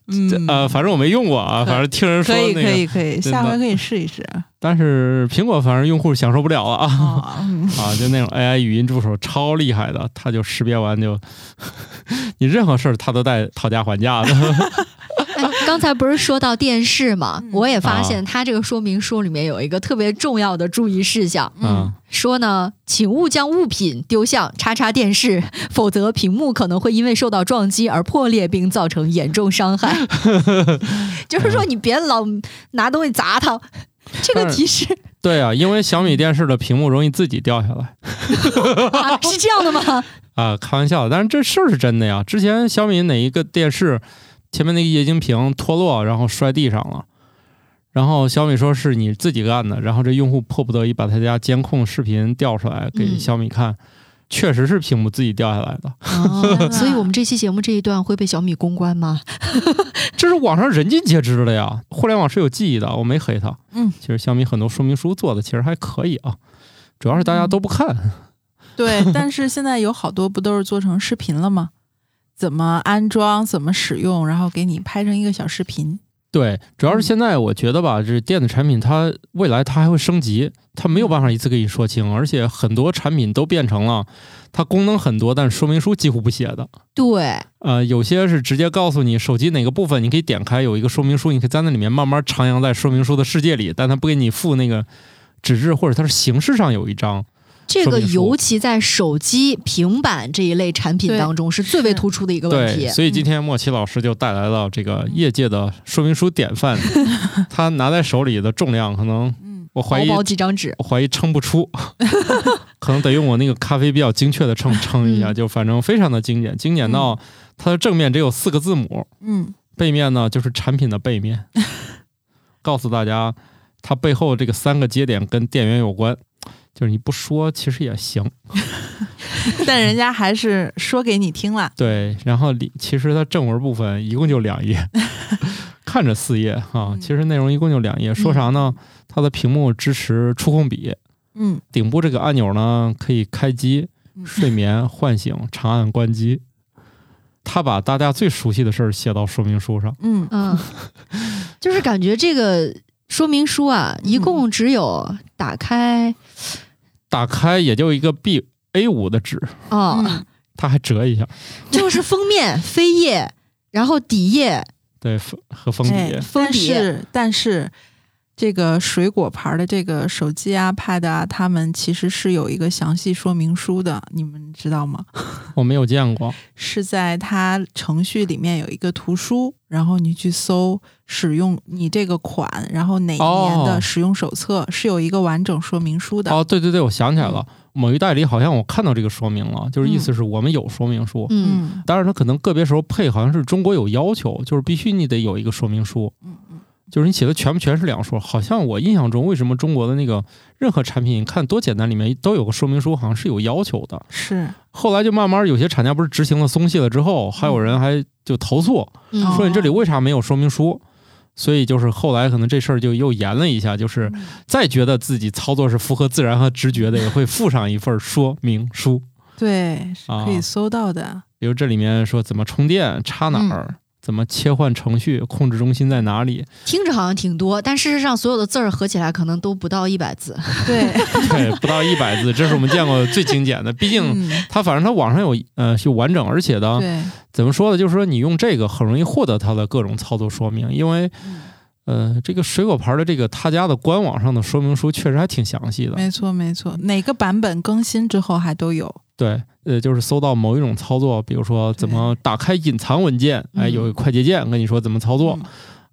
S3: 嗯
S2: 哎呃，反正我没用过啊，
S3: 可
S2: 反正听人说
S3: 可以
S2: 那
S3: 可
S2: 个，
S3: 以可以，
S2: 真
S3: 下
S2: 的
S3: 回可以试 一试。
S2: 但是苹果反正用户享受不了了啊。
S3: 哦嗯
S2: 啊，就那种 AI 语音助手超厉害的，它就识别完就， 你任何事儿它都带讨价还价的。
S1: 哎刚才不是说到电视嘛，
S3: 嗯
S1: 我也发
S2: 啊
S1: 现它这个说明书里面有一个特别重要的注意事项，
S2: 嗯，
S1: 说呢，请勿将物品丢向叉叉电视， 否则屏幕可能会因为受到撞击而破裂并造成严重伤 害。就是
S2: 嗯
S1: 说，你别老拿东西砸 它。这个
S2: 但是
S1: 提示
S2: 对啊，因为小米电视的屏幕容易自己掉下来
S1: 啊，是这样的吗？
S2: 啊，开玩笑的，但是这事儿是真的呀。之前小米哪一个电视前面那个液晶屏脱落，然后摔地上了。然后小米说是你自己干的，然后这用户迫不得已把他家监控视频调出来给
S1: 嗯
S2: 小米看，确实是屏幕自己掉下来的。
S1: 哦，所以我们这期节目这一段会被小米公关吗？
S2: 这是网上人尽皆知的呀，互联网是有记忆的，我没黑它。
S3: 嗯，
S2: 其实小米很多说明书做的其实还可以啊，主要是大家都不看。
S3: 对，但是现在有好多不都是做成视频了吗？怎么安装，怎么使用，然后给你拍成一个小视频。
S2: 对，
S1: 嗯
S2: 主要是现在我觉得吧，这电子产品它未来它还会升级，它
S1: 嗯
S2: 没有办法一次给你说清，而且很多产品都变成了它功能很多，但说明书几乎不写的。
S1: 对，
S2: 呃，有些是直接告诉你手机哪个部分，你可以点开有一个说明书，你可以在那里面慢慢徜徉在说明书的世界里，但它不给你附那个纸质，或者它是形式上有一张。
S1: 这
S2: 说
S1: 个
S2: 明书
S1: 尤其在手机、平板这一类产品
S3: 对
S1: 当中是最为
S3: 是
S1: 突出的一个问
S2: 对，
S1: 题。嗯
S2: 所以今天莫奇老师就带来了这个业界的说明书典 范，他拿在手里的重量可能
S3: 嗯，
S2: 我怀
S1: 薄
S2: 疑
S1: 薄几张纸，
S2: 我怀疑称不出，可能得用我那个咖啡比较精确的秤称一下，
S1: 嗯
S2: 就反正非常的经典，经典到它的正面只有四个字母，
S3: 嗯，
S2: 背面呢就是产品的背面，告诉大家它背后这个三个节点跟电源有关，就是你不说其实也行。
S3: 但人家还是说给你听了。
S2: 对，然后里其实它正文部分一共就两页，看着四页啊，
S3: 嗯
S2: 其实内容一共就两页。说啥呢？它的屏幕支持触控笔，
S3: 嗯，
S2: 顶部这个按钮呢可以开机、
S3: 嗯
S2: 睡眠、唤醒、长按、关机。他把大家最熟悉的事儿写到说明书上，
S3: 嗯，
S1: 嗯，就是感觉这个说明书啊，一共只有打开
S2: 打开也就一个 B A 五的纸，
S1: 哦，
S3: 嗯
S2: 他还折一下，
S1: 就是封面、扉页，然后底页，
S2: 对，封和封笔。
S3: 哎
S1: 封
S3: 但
S1: 底
S3: 是但是这个水果牌的这个手机啊、Pad 啊，他们其实是有一个详细说明书的，你们知道吗？
S2: 我没有见过，
S3: 是在它程序里面有一个图书，然后你去搜使用你这个款，然后哪一年
S2: 哦
S3: 的使用手册是有一个完整说明书的。
S2: 哦，对对对，我想起来了，某一代理好像我看到这个说明了，就是意思是我们有说明书，
S1: 嗯，
S3: 嗯
S2: 当然它可能个别时候配好像是中国有要求，就是必须你得有一个说明书，
S3: 嗯嗯，
S2: 就是你写的全不全是两说。好像我印象中，为什么中国的那个任何产品，你看多简单，里面都有个说明书，好像是有要求的。
S3: 是
S2: 后来就慢慢有些厂家不是执行了松懈了之后，还有人还就投诉
S1: 嗯
S3: 哦
S2: 说你这里为啥没有说明书。所以就是后来可能这事儿就又严了一下，就是
S3: 嗯
S2: 再觉得自己操作是符合自然和直觉的，也会附上一份说明书。
S3: 对，是可以
S2: 啊
S3: 搜到 的。
S2: 比如这里面说怎么充电、插
S3: 嗯
S2: 哪儿、怎么切换程序、控制中心在哪里，
S1: 听着好像挺多，但事实上所有的字儿合起来可能都不到一百字。
S3: 对，
S2: 对，不到一百字，这是我们见过最精简的。毕竟
S3: 嗯，
S2: 它反正它网上有呃就完整，而且呢，
S3: 对，
S2: 怎么说呢？就是说你用这个很容易获得它的各种操作说明，因为
S3: 嗯
S2: 呃这个水果盘的这个他家的官网上的说明书确实还挺详细的。
S3: 没错没错，哪个版本更新之后还都有。
S2: 对，呃，就是搜到某一种操作，比如说怎么打开隐藏文件，哎，
S1: 嗯
S2: 有一个快捷键跟你说怎么操作，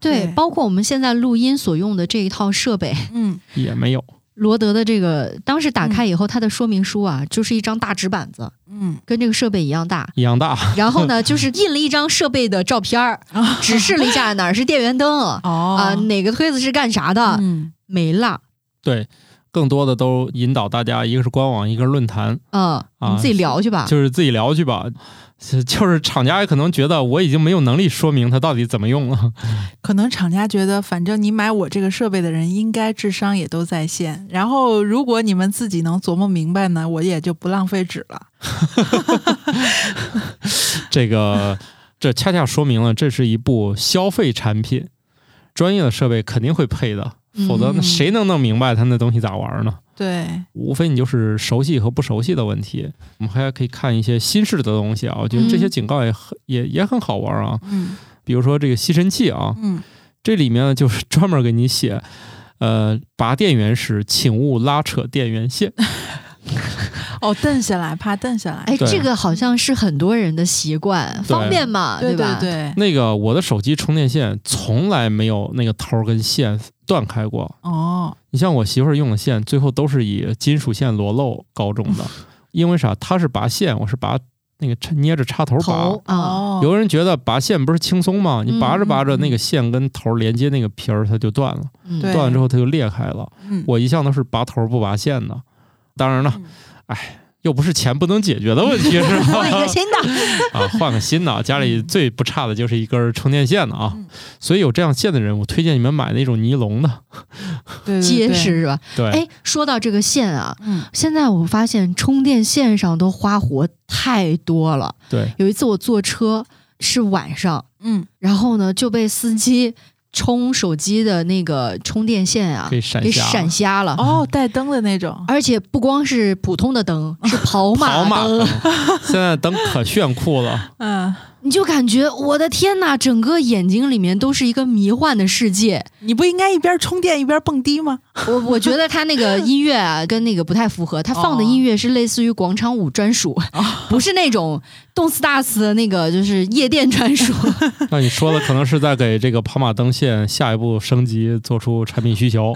S1: 对，
S3: 对
S1: 包括我们现在录音所用的这一套设备，
S3: 嗯，
S2: 也没有。
S1: 罗德的这个当时打开以后，它的说明书啊，就是一张大纸板子，
S3: 嗯
S1: 跟这个设备一样大，
S2: 一样大，
S1: 然后呢，就是印了一张设备的照片儿，
S3: 嗯啊
S1: 指示了一下哪儿是电源灯啊、
S3: 哦
S1: 哪个推子是干啥的，
S3: 嗯
S1: 没了。
S2: 对，更多的都引导大家，一个是官网，一个是论坛，
S1: 嗯，你
S2: 啊
S1: 自己聊去吧。
S2: 就是自己聊去吧。 是就是厂家也可能觉得我已经没有能力说明它到底怎么用了，
S3: 可能厂家觉得，反正你买我这个设备的人，应该智商也都在线。然后，如果你们自己能琢磨明白呢，我也就不浪费纸了。
S2: 这个。这恰恰说明了这是一部消费产品，专业的设备肯定会配的，否则那
S1: 嗯
S2: 谁能弄明白它那东西咋玩呢？
S3: 对，
S2: 无非你就是熟悉和不熟悉的问题。我们还可以看一些新式的东西啊，我觉得这些
S1: 嗯
S2: 警告也很、也也很好玩啊。
S3: 嗯
S2: 比如说这个吸尘器啊，
S3: 嗯，
S2: 这里面就是 专门给你写，呃，拔电源时请勿拉扯电源线。
S3: 哦，蹬下来，怕蹬下来，
S1: 哎，
S2: 对
S1: 这个好像是很多人的习惯，方便嘛，
S3: 对
S1: 吧？
S3: 对，
S2: 那个我的手机充电线从来没有那个头儿跟线断开过。
S3: 哦，
S2: 你像我媳妇儿用的线，最后都是以金属线裸露告终 的，因为啥？她是拔线，我是拔那个插捏着插头拔。
S1: 头啊，
S3: 哦，
S2: 有人觉得拔线不是轻松吗？你拔着拔着，
S3: 嗯嗯嗯
S2: 那个线跟头儿连接那个皮儿，它就断了。
S1: 嗯
S3: 对
S2: 断了之后，它就裂开了。
S3: 嗯
S2: 我一向都是拔头儿不拔线的。当然了
S3: 嗯，
S2: 哎，又不是钱不能解决的问题，是吧？
S1: 换一个嗯新的，
S2: 啊，换个新的 啊！家里最不差的就是一根儿充电线的啊
S3: 嗯，
S2: 所以有这样线的人，我推荐你们买那种尼龙的。
S3: 对对
S1: 结
S3: 对
S1: 实是吧？
S2: 对，
S1: 哎，说到这个线啊，
S3: 嗯
S1: 现在我发现充电线上都花活太多了。
S2: 对，
S1: 有一次我坐车是晚上，
S3: 嗯，
S1: 然后呢就被司机充手机的那个充电线啊
S2: 给闪
S1: 给
S2: 瞎了
S1: 闪瞎了，
S3: 哦，带灯的那种，
S1: 而且不光是普通的灯，是跑
S2: 跑
S1: 马
S2: 马
S1: 灯，
S2: 灯，现在灯可炫酷了。
S3: 嗯，
S1: 你就感觉我的天呐，整个眼睛里面都是一个迷幻的世界。
S3: 你不应该一边充电一边蹦迪吗？
S1: 我我觉得他那个音乐啊，跟那个不太符合。他
S2: 哦
S1: 放的音乐是类似于广场舞专属，不是那种动次打次的那个，就是夜店专 属。
S2: 那你说的可能是在给这个跑马灯线下一步升级做出产品需 求，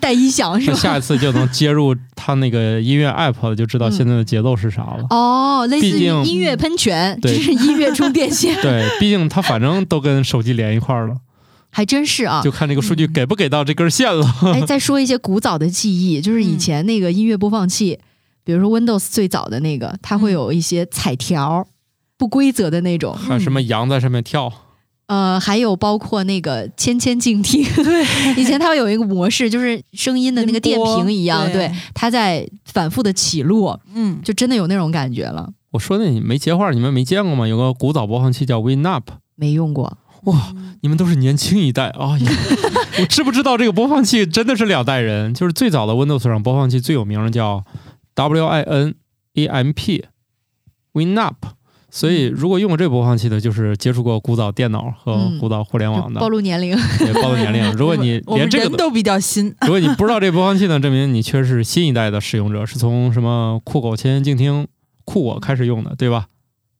S1: 带音响是
S2: 那
S1: 吧？
S2: 下一次就能接入它那个音乐 app 了，就知道现在的节奏是啥 了。
S1: 哦，类似
S2: 毕
S1: 于
S2: 竟
S1: 音乐喷泉，就
S2: 对
S1: 是音乐充电线，
S2: 对，毕竟它反正都跟手机连一块儿了，
S1: 还真是啊
S2: 就。看这个数据给不给到这根线了。
S1: 哎，再说一些古早的记忆，就是
S2: 嗯
S1: 以前那个音乐播放器，比如说 Windows 最早的那个，它会
S2: 嗯
S1: 有一些彩条，不规则的那种。
S2: 还有什么羊在上面跳？
S1: 呃，还有包括那个千千静听，对， 以前它会有一个模式，就是声音的那个电瓶一样，
S3: 音波
S1: 对
S3: 对，
S1: 它在反复的起落，
S3: 嗯，
S1: 就真的有那种感觉了。
S2: 我说那你没接话，你们没见过吗？有个古早播放器叫 WinUp，
S1: 没用过，
S2: 哇，你们都是年轻一代啊！哎呀 我知不知道这个播放器真的是两代人？就是最早的 Windows 上播放器最有名的叫 E WINAMP WinUp，所以如果用过这播放器的，就是接触过古早电脑和古早互联网
S1: 就
S2: 的
S1: 暴，露年龄。
S2: 也暴露年龄。如果你
S3: 我们
S2: 连这个
S3: 人
S2: 都，
S3: 都比较新，
S2: 如果你不知道这播放器呢，证明你确实是新一代的使用者，是从什么酷狗千千静听、酷我开始用的，对吧？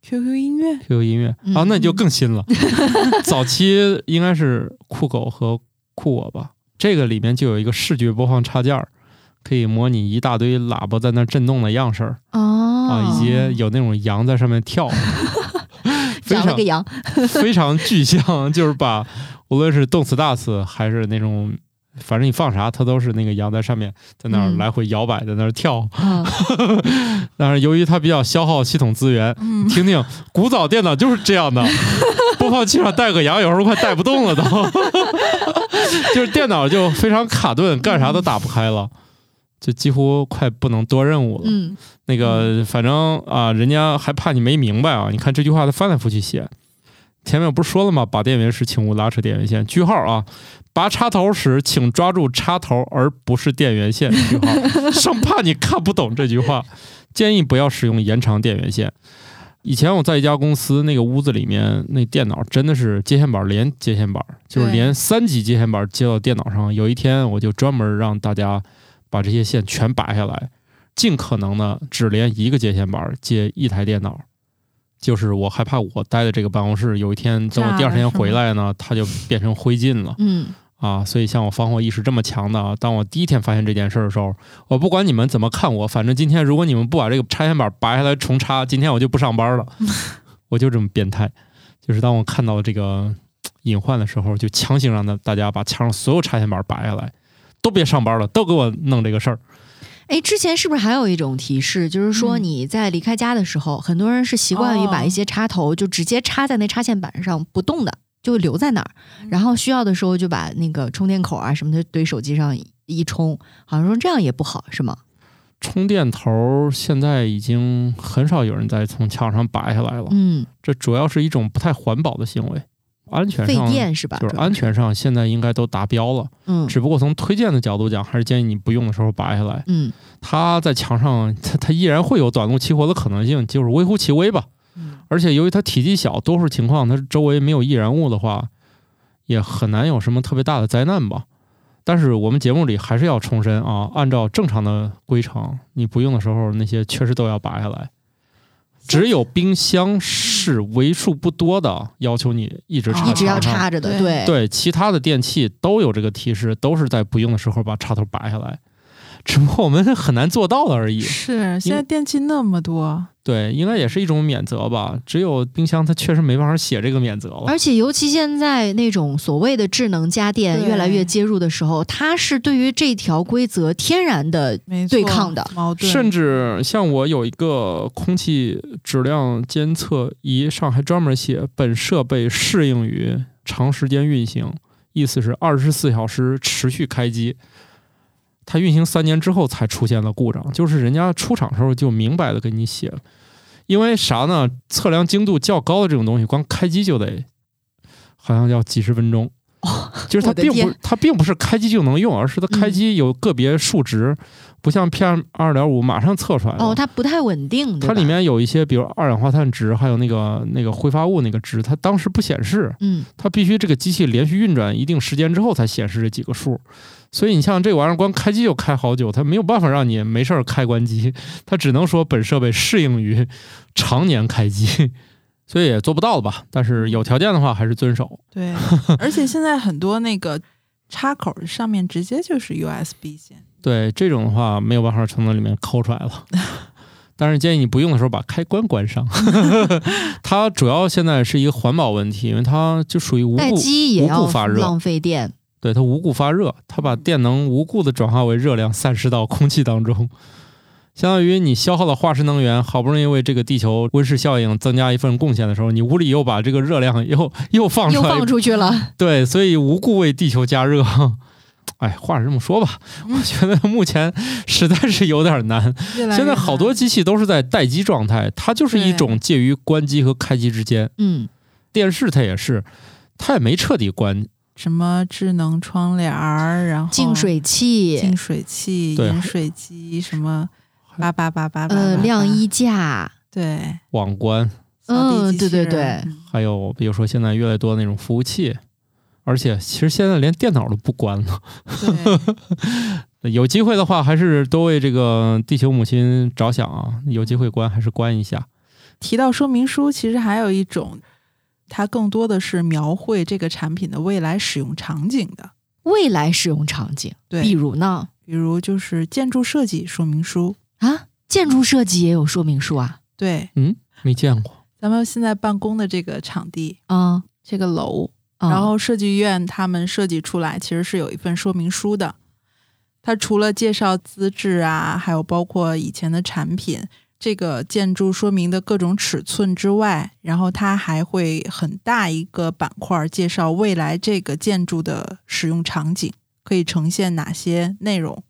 S3: QQ 音乐，
S2: QQ 音乐
S1: 嗯
S2: 啊，那你就更新了。 早期应该是酷狗和酷我吧，这个里面就有一个视觉播放插件儿，可以模拟一大堆喇叭在那震动的样式儿
S1: 哦
S2: 啊，以及有那种羊在上 面跳，非
S1: 长了
S2: 常
S1: 个 羊，
S2: 非常具象，就是把无论是动词大词还是那种。反正你放啥，它都是那个羊在上面，在那儿
S1: 嗯
S2: 来回摇摆，在那儿跳。
S1: 嗯，
S2: 但是由于它比较消耗系统资源，
S3: 嗯，
S2: 听听，古早电脑就是这样的，播放器上带个羊，有时候快带不动了都， 就是电脑就非常卡顿，干啥都打不开了，就几乎快不能多任务了。
S1: 嗯
S2: 那个反正啊、人家还怕你没明白啊，你看这句话他翻来覆去写，前面我不是说了吗？拔电源时请勿拉扯电源线，句号啊。拔插头时，请抓住插头，而不是电源线。句号，生怕你看不懂这句话，建议不要使用延长电源线。以前我在一家公司那个屋子里面，那电脑真的是接线板连接线板，就是
S3: 对
S2: 连三级接线板接到电脑上。有一天我就专门让大家把这些线全拔下来，尽可能的只连一个接线板接一台电脑。就是我害怕我待的这个办公室有一天等我第二天回来呢，它就变成灰烬了。
S1: 嗯，
S2: 啊，所以像我防火意识这么强的啊，当我第一天发现这件事儿的时候，我不管你们怎么看我，反正今天如果你们不把这个插线板拔下来重插，今天我就不上班了，我就这么变态。就是当我看到这个隐患的时候，就强行让大家把墙上所有插线板拔下来，都别上班了，都给我弄这个事儿。
S1: 哎，之前是不是还有一种提示，就是说
S3: 嗯
S1: 你在离开家的时候，很多人是习惯于把
S3: 哦
S1: 一些插头就直接插在那插线板上不动的，就留在那儿，
S2: 嗯
S1: 然后需要的时候就把那个充电口啊什么的怼手机上一一充，好像说这样也不好，是吗？
S2: 充电头儿现在已经很少有人再从墙上拔下来了，
S1: 嗯，
S2: 这主要是一种不太环保的行为，安全
S1: 费
S2: 上
S1: 电是吧？
S2: 嗯就是啊
S1: 主要
S2: 安全上现在应该都达标了。
S1: 嗯
S2: 只不过从推荐的角度讲，还是建议你不用的时候拔下来。
S1: 嗯
S2: 它在墙上，它它依然会有短路起火的可能性，就是微乎其微吧。
S1: 嗯
S2: 而且由于它体积小，多数情况它周围没有易燃物的话，也很难有什么特别大的灾难吧。但是我们节目里还是要重申啊，按照正常的规程，你不用的时候那些确实都要拔下来。只有冰箱是为数不多的要求你一直插
S1: 哦一直要
S2: 插
S1: 插着的，
S3: 对
S1: 对
S2: 对，其他的电器都有这个提示，都是在不用的时候把插头拔下来，只不过我们很难做到了而已。
S3: 是现在电器那么多，
S2: 对，应该也是一种免责吧。只有冰箱它确实没办法写这个免责了。
S1: 而且，尤其现在那种所谓的智能家电
S3: 对
S1: 越来越接入的时候，它是对于这条规则天然的，
S3: 没错
S1: 对抗的
S3: 矛盾，
S2: 甚至像我有一个空气质量监测仪上还专门写本设备适应于长时间运行，意思是二十四小时持续开机。它运行三年之后才出现了故障，就是人家出厂时候就明白的给你写了。因为啥呢？测量精度较高的这种东西，光开机就得好像要几十分钟。
S1: 哦、
S2: 就是它
S1: 我的
S2: 并不
S1: 天，嗯
S2: 它并不是开机就能用，而是它开机有个别数值，不像 PM 二点五马上测出来的。
S1: 哦，它不太稳定，对
S2: 哎它
S1: 吧
S2: 里，面有一些，比如二氧化碳值，还有那个那个挥发物那个值，它当时不显示，
S1: 嗯，
S2: 它必须这个机器连续运转一定时间之后才显示这几个数。所以你像这玩意儿，光开机就开好久，它没有办法让你没事儿开关机，它只能说本设备适应于常年开机，所以也做不到了吧？但是有条件的话，还是遵守。
S3: 对，而且现在很多那个插口上面直接就是 USB 线，
S2: 对这种的话，没有办法从那里面抠出来 了。但是建议你不用的时候把开关关上。它主要现在是一个环保问题，因为它就属于无
S1: 待
S2: 故，
S1: 机也要
S2: 无故发热
S1: 浪费电，
S2: 对它无故发热，它把电能无故的转化为热量，散失到空气当中，相当于你消耗了化石能源，好不容易为这个地球温室效应增加一份贡献的时候，你屋里又把这个热量又又放出
S1: 又
S2: 来一
S1: 放出去 了，
S2: 对，所以无故为地球加热。哎，话是这么说吧，
S1: 嗯
S2: 我觉得目前实在是有点难。
S3: 越来越
S2: 现在好多
S3: 难
S2: 机器都是在待机状态，它就是一
S3: 对
S2: 种介于关机和开机之间。
S1: 嗯，
S2: 电视它也是，它也没彻底关。
S3: 什么智能窗帘儿，
S2: 啊
S3: 然后
S1: 净水器，
S3: 净水器、
S2: 对
S3: 饮水机什么。八八八
S2: 啊
S3: 八八，
S1: 呃，晾衣架，
S3: 对，
S2: 网关，
S3: 扫地
S1: 嗯
S3: 机器
S1: 对对
S3: 人
S1: 对
S3: 嗯
S2: 还有比如说现在越来越多那种服务器，而且其实现在连电脑都不关了。
S3: 嗯 对，
S2: 有机会的话，还是多为这个地球母亲着想啊！有机会关还是关一下。
S3: 提到说明书，其实还有一种，它更多的是描绘这个产品的未来使用场景的。
S1: 未来使用场景，
S3: 对，
S1: 比如呢，
S3: 比如就是建筑设计说明书。
S1: 啊，建筑设计也有说明书啊，
S3: 对，
S2: 嗯，没见过。
S3: 咱们现在办公的这个场地，
S1: 啊、
S3: 这个楼，
S1: 嗯，
S3: 然后设计院他们设计出来其实是有一份说明书的。它除了介绍资质啊，还有包括以前的产品、这个建筑说明的各种尺寸之外，然后它还会很大一个板块介绍未来这个建筑的使用场景，可以呈现哪些内容。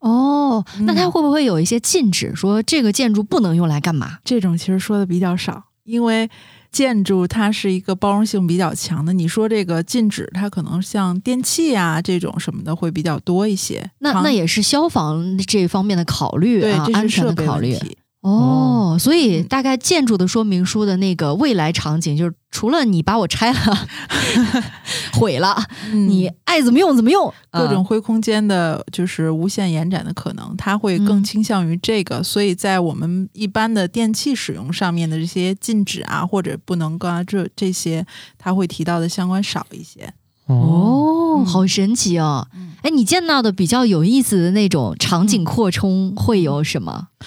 S1: 哦，那它
S3: 嗯
S1: 会不会有一些禁止，说这个建筑不能用来干嘛？
S3: 这种其实说的比较少，因为建筑它是一个包容性比较强的。你说这个禁止，它可能像电器啊这种什么的会比较多一些。
S1: 那
S3: 长
S1: 那也是消防这方面的考虑
S3: 啊对，
S1: 啊，
S3: 这
S1: 安
S3: 是
S1: 全
S3: 设
S1: 的
S3: 备
S1: 考
S3: 问
S1: 虑。
S3: 题。嗯
S1: 哦，所以大概建筑的说明书的那个未来场景，就是除了你把我拆了、 毁了，
S3: 嗯
S1: 你爱怎么用怎么用，
S3: 各
S1: 啊
S3: 种灰空间的，就是无限延展的可能，它会更
S1: 嗯
S3: 倾向于这个。所以在我们一般的电器使用上面的这些禁止啊，或者不能干啊这这些，它会提到的相关少一些。
S1: 哦，
S3: 嗯
S1: 好神奇哦
S3: 嗯！
S1: 哎，你见到的比较有意思的那种场景扩充会有什么？
S3: 嗯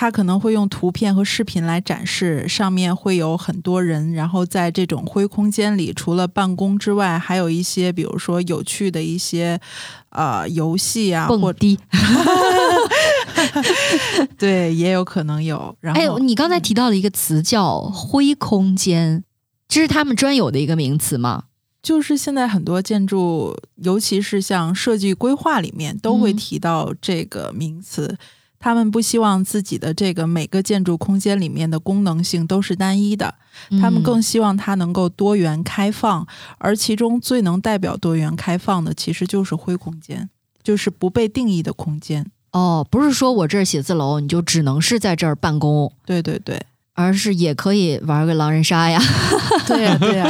S3: 它可能会用图片和视频来展示，上面会有很多人，然后在这种灰空间里，除了办公之外，还有一些比如说有趣的一些呃游戏啊，
S1: 蹦
S3: 或
S1: 迪。
S3: 对也有可能有。然
S1: 哎，
S3: 后
S1: 你刚才提到了一个词叫“灰空间”，这是他们专有的一个名词吗？
S3: 就是现在很多建筑，尤其是像设计规划里面都会
S1: 嗯
S3: 提到这个名词。他们不希望自己的这个每个建筑空间里面的功能性都是单一的，他
S1: 嗯
S3: 们更希望它能够多元开放，而其中最能代表多元开放的，其实就是灰空间，就是不被定义的空间。
S1: 哦，不是说我这儿写字楼，你就只能是在这儿办公，
S3: 对对 对，
S1: 而是也可以玩个狼人杀呀。
S3: 对
S1: 啊
S3: 呀、对呀、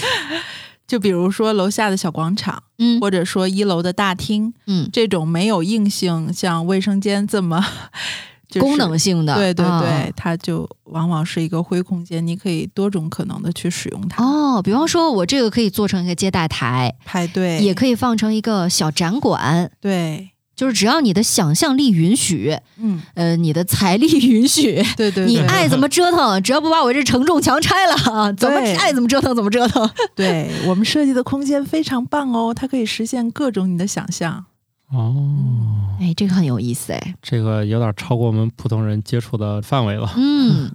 S3: 就比如说楼下的小广场，
S1: 嗯
S3: 或者说一楼的大厅，
S1: 嗯，
S3: 这种没有硬性像卫生间这么、就
S1: 嗯
S3: 是
S1: 功能性的，
S3: 对对
S1: 啊
S3: 对，它就往往是一个灰空间，你可以多种可能的去使用它。
S1: 哦，比方说，我这个可以做成一个接待台，
S3: 排队
S1: 也可以放成一个小展馆，
S3: 对，
S1: 就是只要你的想象力允许，
S3: 嗯，
S1: 呃，你的财力 允许，
S3: 对对对，
S1: 你爱怎么折腾，只要不把我这承重墙拆了 啊，怎么
S3: 对
S1: 爱怎么折腾怎么折腾。
S3: 对我们设计的空间非常棒哦，它可以实现各种你的想象。嗯
S2: 哦，
S1: 哎，这个很有意思哎，
S2: 这个有点超过我们普通人接触的范围了。
S1: 嗯，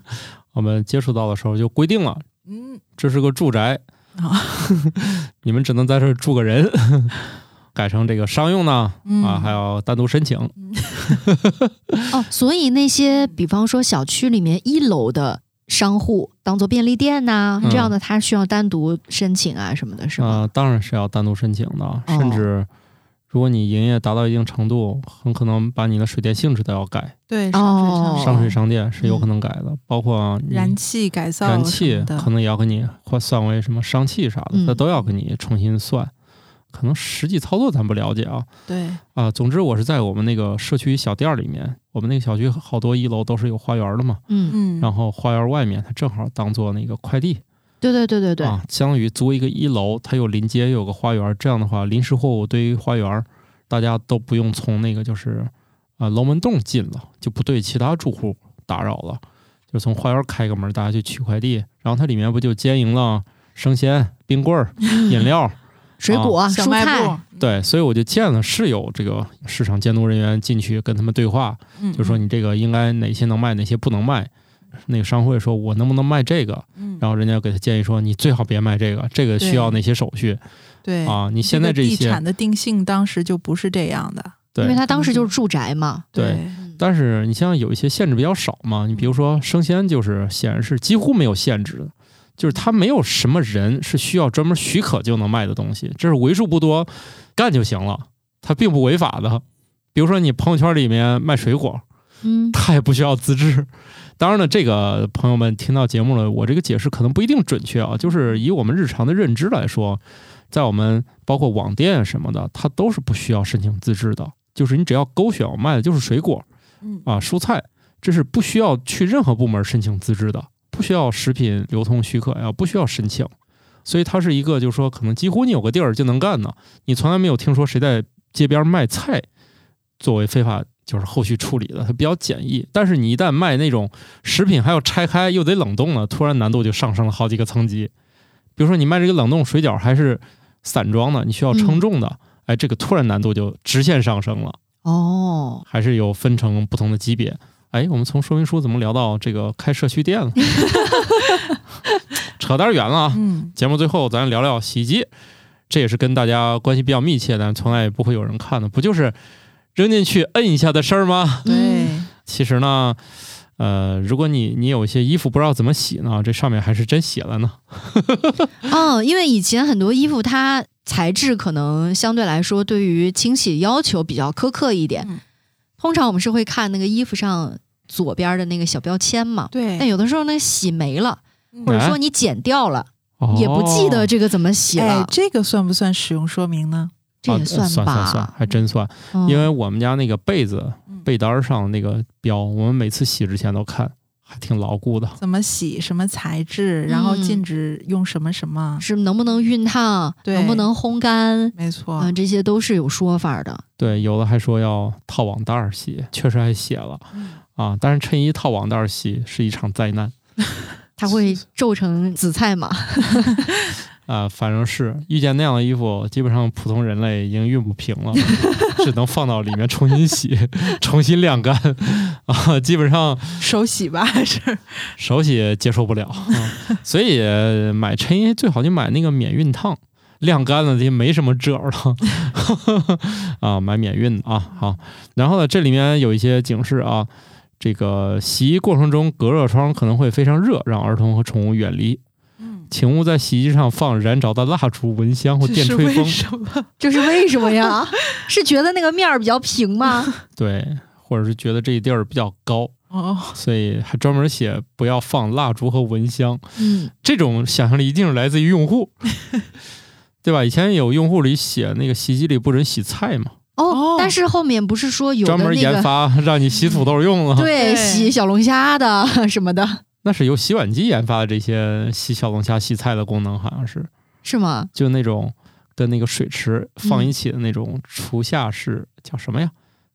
S2: 我们接触到的时候就规定了，
S3: 嗯，
S2: 这是个住宅
S3: 啊，
S2: 你们只能在这儿住个人。 改成这个商用呢，
S3: 嗯
S2: 啊，还要单独申请。
S1: 哦，所以那些比方说小区里面一楼的商户当做便利店呐、
S2: 嗯
S1: 这样的，他需要单独申请啊什么的，是吗？
S2: 啊、当然是要单独申请
S3: 哦
S2: 的，甚至如果你营业达到一定程度，很可能把你的水电性质都要改，
S3: 对，
S1: 哦
S2: 上
S3: 上
S2: 水
S3: 水上
S2: 上电是有可能改的，包括你
S3: 嗯燃气改造
S2: 燃
S3: 什
S2: 气
S3: 么的
S2: 可能也要给你换算为什么商气啥的，
S1: 嗯
S2: 那、都要给你重新算。可能实际操作咱不了解啊
S3: 对，
S2: 啊、总之我是在我们那个社区小店儿里面，我们那个小区好多一楼都是有花园的嘛，
S1: 嗯，
S3: 嗯，
S2: 然后花园外面它正好当做那个快递，
S1: 对对对对对，
S2: 啊，相当于租一个一楼，它有临街又有个花园，这样的话，临时货物堆花园，大家都不用从那个就是啊、呃楼门洞进了，就不对其他住户打扰了，就从花园开个门，大家去取快递，然后它里面不就兼营了生鲜、冰棍儿、饮料，
S1: 嗯水果、啊
S3: 哦小
S1: 蔬
S3: 卖
S1: 菜，
S3: 部，
S2: 对，所以我就见了是有这个市场监督人员进去跟他们对话，
S3: 嗯
S2: 就说
S3: 嗯
S2: 你这个应该哪些能卖，哪些不能卖。那个商会说，我能不能卖这个？
S3: 嗯
S2: 然后人家给他建议说，你最好别卖这个，这个需要
S3: 对
S2: 哪些手续？
S3: 对
S2: 啊，你现
S3: 个
S2: 在这
S3: 地
S2: 些
S3: 产的定性当时就不是这样的，
S1: 因为
S2: 对
S1: 他当时就是住宅嘛。
S2: 对但是你像有一些限制比较少嘛，你比如
S3: 嗯
S2: 说生鲜，就是显然是几乎没有限制的，就是它没有什么人是需要专门许可就能卖的东西，这是为数不多，干就行了，它并不违法的。比如说你朋友圈里面卖水果，
S1: 嗯，
S2: 它也不需要资质。当然了，这个朋友们听到节目了，我这个解释可能不一定准确啊。就是以我们日常的认知来说，在我们包括网店什么的，它都是不需要申请资质的。就是你只要勾选我卖的就是水果
S3: 嗯
S2: 啊、蔬菜，这是不需要去任何部门申请资质的，不需要食品流通许可呀，不需要申请。所以它是一个，就是说，可能几乎你有个地儿就能干的，你从来没有听说谁在街边卖菜作为非法就是后续处理的，它比较简易。但是你一旦卖那种食品，还要拆开又得冷冻呢，突然难度就上升了好几个层级。比如说你卖这个冷冻水饺还是散装的，你需要称重的，哎，这个突然难度就直线上升了。
S1: 哦，
S2: 还是有分成不同的级别。哎，我们从说明书怎么聊到这个开社区店了？ 扯点远了啊！
S3: 嗯，
S2: 节目最后咱聊聊洗衣机，这也是跟大家关系比较密切，但从来也不会有人看的，不就是扔进去摁一下的事儿吗？
S3: 对，
S1: 嗯
S2: 其实呢，呃，如果你你有一些衣服不知道怎么洗呢，这上面还是真写了呢。
S1: 哦，因为以前很多衣服它材质可能相对来说对于清洗要求比较苛刻一点，
S3: 嗯
S1: 通常我们是会看那个衣服上左边的那个小标签嘛。
S3: 对，嗯哎
S1: 但有的时候那洗没了，哎或者说你剪掉了，
S2: 哦
S1: 也不记得这个怎么洗了，
S3: 哎，这个算不算使用说明呢？
S1: 这也
S2: 啊算
S1: 吧？
S2: 算算，还真算。
S1: 嗯
S2: 因为我们家那个被子
S3: 嗯
S2: 被单儿上那个标，我们每次洗之前都看，还挺牢固的。
S3: 嗯怎么洗，什么材质，然后
S1: 嗯
S3: 禁止用什么什么，
S1: 是能不能熨烫，
S3: 对
S1: 能不能烘干
S3: 没错，
S1: 啊，这些都是有说法的。
S2: 对，有的还说要套网袋儿洗，确实还写了
S3: 嗯
S2: 啊。但是衬衣套网袋儿洗是一场灾难
S1: 它会皱成紫菜嘛？
S2: 啊、反正是遇见那样的衣服，基本上普通人类已经熨不平了，只能放到里面重新洗， 重新晾干啊。基本上
S3: 手洗吧， 是，嗯
S2: 嗯 手洗接受不了，啊、所以买衬衣最好就买那个免熨烫。晾干了，也没什么褶儿了 啊，买免运的啊。好，然后呢，这里面有一些警示啊，这个洗衣过程中隔热窗可能会非常热，让儿童和宠物远离。
S3: 嗯，
S2: 请勿在洗衣机上放燃着的蜡烛、蚊香或
S3: 这
S2: 电
S3: 是
S2: 吹
S3: 为
S2: 风。
S3: 什么？
S1: 这是为什么呀？ 是觉得那个面儿比较平吗？
S2: 对，或者是觉得这地儿比较高，
S3: 哦，
S2: 所以还专门写不要放蜡烛和蚊香。
S1: 嗯，
S2: 这种想象力一定是来自于 用户，对吧？以前有用户里写那个洗衣机里不准洗菜嘛，
S1: 哦
S3: 哦，
S1: 但是后面不是说有的
S2: 专门
S1: 那
S2: 研
S1: 个
S2: 发让你洗土豆用了，
S1: 对
S3: 对
S1: 洗小龙虾的什么的，
S2: 那是由洗碗机研发的这些洗小龙虾、洗菜的功能，好像是
S1: 是吗？
S2: 就那种跟那个水池放一起的那种厨下式、叫什么呀？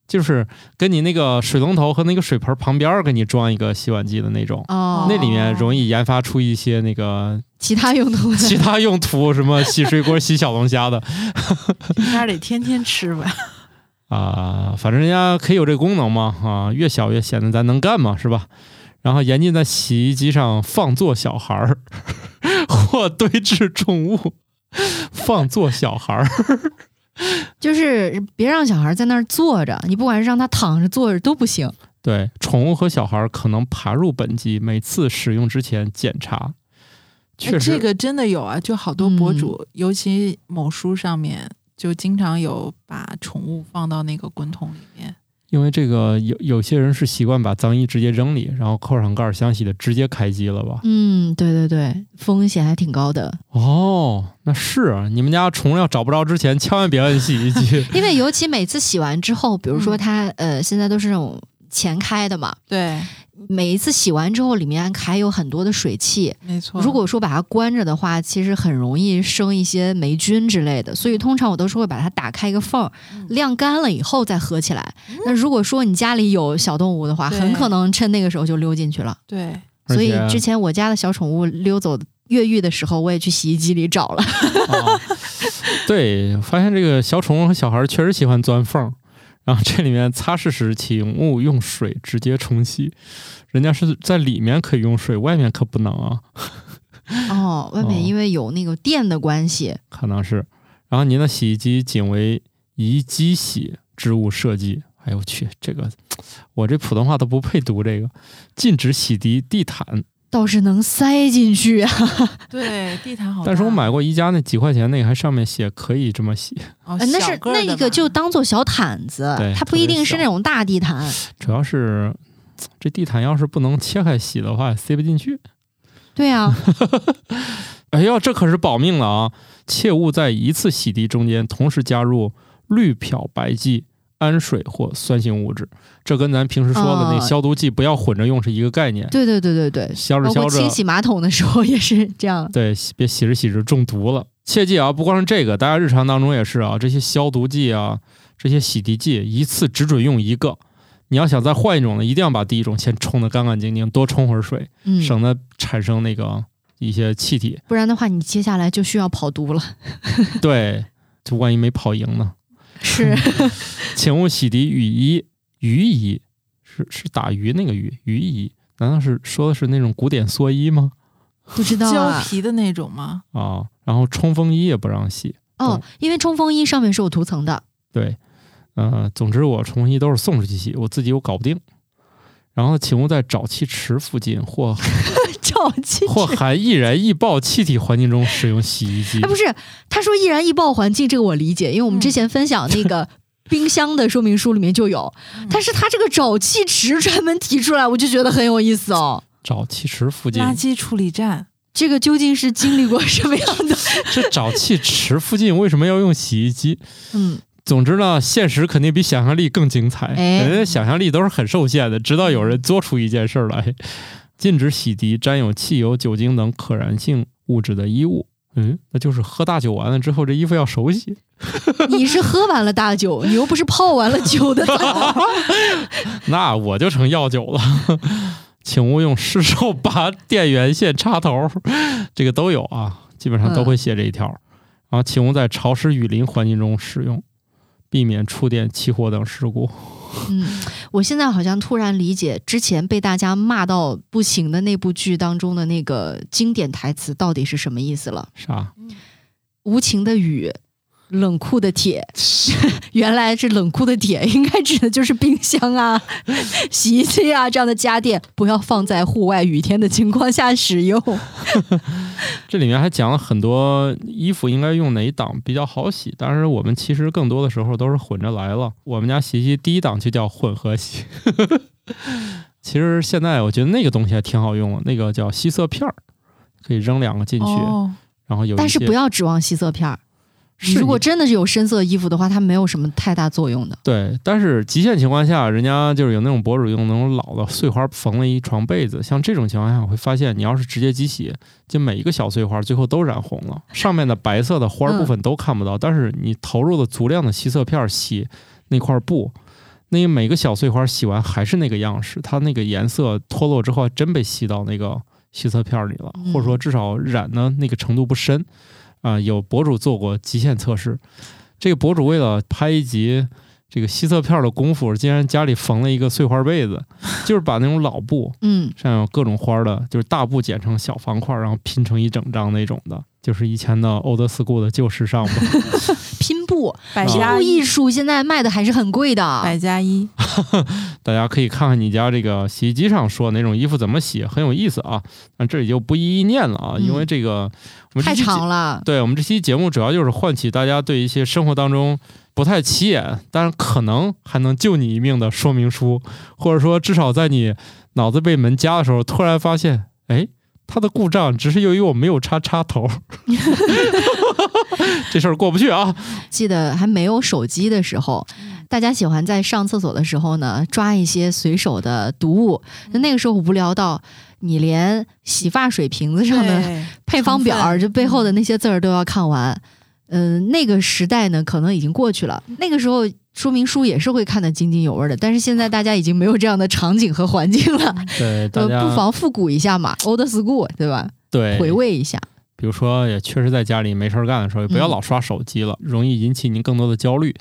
S2: 就是跟你那个水龙头和那个水盆旁边儿给你装一个洗碗机的那种，
S1: 哦，
S2: 那里面容易研发出一些那个
S1: 其他用途的
S2: 其他用途，什么洗水果、洗小龙虾的
S3: 应该得天天吃吧？
S2: 啊、反正人家可以有这功能嘛啊、越小越显得咱能干嘛，是吧？然后严禁在洗衣机上放坐小孩儿 或堆置重物，放坐小孩儿。
S1: 就是别让小孩在那儿坐着，你不管是让他躺着坐着都不行。
S2: 对，宠物和小孩儿可能爬入本机，每次使用之前检查。 确实，
S3: 哎
S2: 嗯
S3: 这个真的有啊，就好多博主，尤其某书上面，就经常有把宠物放到那个滚筒里面。
S2: 因为这个有有些人是习惯把脏衣直接扔里，然后扣上盖儿相洗的，直接开机了吧？
S1: 嗯，对对对，风险还挺高的，
S2: 哦，那是啊你们家宠物要找不着之前，千万别摁洗衣机
S1: 因为尤其每次洗完之后，比如说
S3: 嗯
S1: 它、呃现在都是那种前开的嘛，
S3: 对，
S1: 每一次洗完之后里面还有很多的水汽，
S3: 没错。
S1: 如果说把它关着的话，其实很容易生一些霉菌之类的，所以通常我都是会把它打开一个缝儿，
S3: 嗯
S1: 晾干了以后再合起来。那如果说你家里有小动物的话，
S3: 对
S1: 很可能趁那个时候就溜进去了。
S3: 对，
S2: 而
S1: 所以
S2: 且
S1: 之前我家的小宠物溜走越狱的时候，我也去洗衣机里找了。
S2: 啊。 对，发现这个小宠物和小孩儿确实喜欢钻缝儿。然后这里面擦拭时，请勿用水直接冲洗，人家是在里面可以用水，外面可不能啊，
S1: 哦， 外面
S2: 哦
S1: 因为有那个电的关系，
S2: 可能是。然后您的洗衣机仅为宜机洗之物设计。哎呦我去，这个我这普通话都不配读这个，禁止洗涤地毯。
S1: 倒是能塞进去
S3: 哦
S1: 啊。
S3: 对地毯好大。
S2: 但是我买过宜家那几块钱那个，还上面写可以这么洗，
S3: 哦
S1: 呃那
S3: 小
S1: 是
S3: 个儿的
S1: 那个
S3: 吧
S1: 就当做小毯子
S2: 对，
S1: 它不一定是那种大地毯。
S2: 主要是嘖这地毯要是不能切开洗的话，也塞不进去。
S1: 对啊，
S2: 哎呦，这可是保命了啊！切勿在一次洗涤中间同时加入氯漂白剂、氨水或酸性物质，这跟咱平时说的那
S1: 哦
S2: 消毒剂不要混着用是一个概念。
S1: 对对对对对，
S2: 消着
S1: 包
S2: 消
S1: 括清
S2: 着，
S1: 洗马桶的时候也是这 样。
S2: 对，洗别洗着洗着中毒了。切记啊，不光是这个，大家日常当中也是啊，这些消毒剂啊，这些洗涤剂，一次只准用一个。你要想再换一种呢，一定要把第一种先冲得干干净净，多冲会儿水，
S1: 嗯，
S2: 省得产生那个一些气体。
S1: 不然的话，你接下来就需要跑毒了。
S2: 对，就万一没跑赢呢？
S1: 是，
S2: 请勿洗涤雨衣，雨衣是是打鱼那个鱼，雨衣难道是说的是那种古典蓑衣吗？
S1: 不知道
S3: 胶
S1: 啊。
S3: 皮的那种吗？
S2: 啊，然后冲锋衣也不让洗。
S1: 哦，因为冲锋衣上面是有涂层的。
S2: 对，呃，总之我冲锋衣都是送出去洗，我自己我搞不定。然后，请勿在沼气池附近或
S1: 照进
S2: 或含易燃易爆气体环境中使用洗衣机
S1: 哎，。不是，他说易燃易爆环境，这个我理解，因为我们之前分享那 个冰箱的说明书里面就有，但是他这个沼气池专门提出来，我就觉得很有意思哦。
S2: 沼气池附近，
S3: 垃圾处理站，
S1: 这个究竟是经历过什么样的？
S2: 这沼气池附近为什么要用洗衣机？
S1: 嗯，
S2: 总之呢，现实肯定比想象力更精彩。
S1: 哎
S2: 人家想象力都是很受限的，直到有人做出一件事儿来，禁止洗涤沾有汽油、酒精等可燃性物质的衣物。嗯，那就是喝大酒完了之后，这衣服要手洗。
S1: 你是喝完了大酒，你又不是泡完了酒 的
S2: 那我就成药酒了。 请勿用湿手拔电源线插头，这个都有啊，基本上都会写这一条。然后，请勿在潮湿雨林环境中使用，避免触电、起火等事故。
S1: 嗯，我现在好像突然理解之前被大家骂到不行的那部剧当中的那个经典台词到底是什么意思了。
S2: 啥？
S1: 无情的雨，冷酷的铁。 原来是冷酷的铁， 应该指的就是冰箱啊、 洗衣机啊这样的家电，不要放在户外雨天的情况下使用。
S2: 这里面还讲了很多衣服应该用哪一档比较好洗，但是我们其实更多的时候都是混着来了。我们家洗衣机第一档就叫混合洗， 其实现在我觉得那个东西还挺好用的，那个叫吸色片儿，可以扔两个进去，
S3: 哦，
S2: 然后有一
S1: 但是
S2: 些
S1: 不要指望吸色片儿，
S2: 是
S1: 如果
S2: 你
S1: 真的是有深色衣服的话，它没有什么太大作用的。
S2: 对，但是极限情况下，人家就是有那种博主用那种老的碎花缝了一床被子，像这种情况下，我会发现你要是直接机洗，就每一个小碎花最后都染红了，上面的白色的花儿部分都看不到，但是你投入了足量的吸色片儿洗那块布，那每个小碎花洗完还是那个样式，它那个颜色脱落之后，还真被吸到那个吸色片儿里了，或者说至少染的那个程度不深。啊、有博主做过极限测试，这个博主为了拍一集这个吸色片儿的功夫，竟然家里缝了一个碎花被子，就是把那种老布
S1: 嗯，
S2: 上有各种花儿的，就是大布剪成小方块儿，然后拼成一整张那种的，就是以前的 old school 的旧时尚吧。
S1: 拼布，
S2: 啊
S3: 百
S1: 拼
S3: 家
S1: 布艺
S3: 一，
S1: 术现在卖的还是很贵的。
S2: 哎
S3: 百家一，
S2: 大家可以看看你家这个洗衣机上说哪种衣服怎么洗，很有意思啊。那这里就不一一念了啊，
S1: 嗯
S2: 因为这个我们
S1: 太
S2: 这期节
S1: 长了，
S2: 对我们这期节目主要就是唤起大家对一些生活当中不太起眼，但是可能还能救你一命的说明书，或者说至少在你脑子被门夹的时候，突然发现，哎，它的故障只是由于我没有插插头， 这事儿过不去啊。
S1: 记得还没有手机的时候，大家喜欢在上厕所的时候呢，抓一些随手的读物。那那个时候无聊到你连洗发水瓶子上的
S3: 对
S1: 配方表儿，
S3: 成分
S1: 就背后的那些字儿都要看完。嗯、那个时代呢，可能已经过去了。那个时候说明书也是会看得津津有味儿的，但是现在大家已经没有这样的场景和环境了，
S2: 对，
S1: 呃，不妨复古一下嘛，old school，对吧？
S2: 对
S1: 回味 一下。
S2: 比如说，也确实在家里没事儿干的时候，也不要
S1: 嗯
S2: 老刷手机了，容易引起您更多的焦虑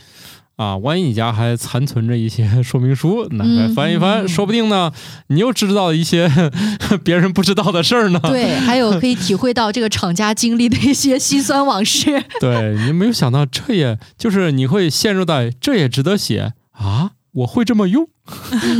S2: 啊。万一你家还残存着一些 说明书，拿出来
S1: 嗯
S2: 翻一翻，
S3: 嗯
S2: 说不定呢，你又知道一些 别人不知道的事儿呢。
S1: 对，还有可以体会到这个厂家经历的一些辛酸往事。
S2: 对，你没有想到，这也就是你会陷入在这也值得写啊，我会这么用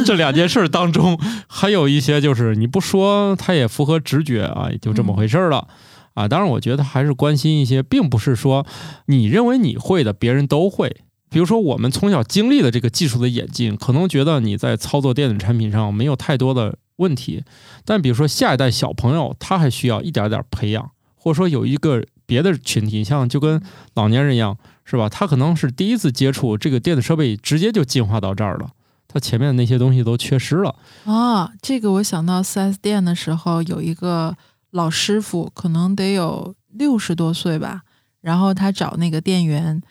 S2: 这两件事儿当中，还有一些就是你不说，它也符合直觉啊，也就这么回事儿了。啊，当然，我觉得还是关心一些，并不是说你认为你会的，别人都会。比如说，我们从小经历了这个技术的演进，可能觉得你在操作电子产品上没有太多的问题，但比如说下一代小朋友，他还需要一点点培养，或者说有一个别的群体，像就跟老年人一样，是吧？他可能是第一次接触这个电子设备，直接就进化到这儿了，他前面的那些东西都缺失了。
S3: 啊，这个我想到四 S 店的时候，有一个老师傅，可能得有六十多岁吧，然后他找那个店员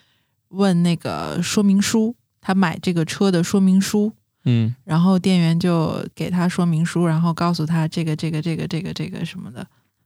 S3: 问那个说明书，他买这个车的说明书，
S2: 嗯，
S3: 然后店员就给他说明书，然后告诉他这个这个这个这个这个什么的。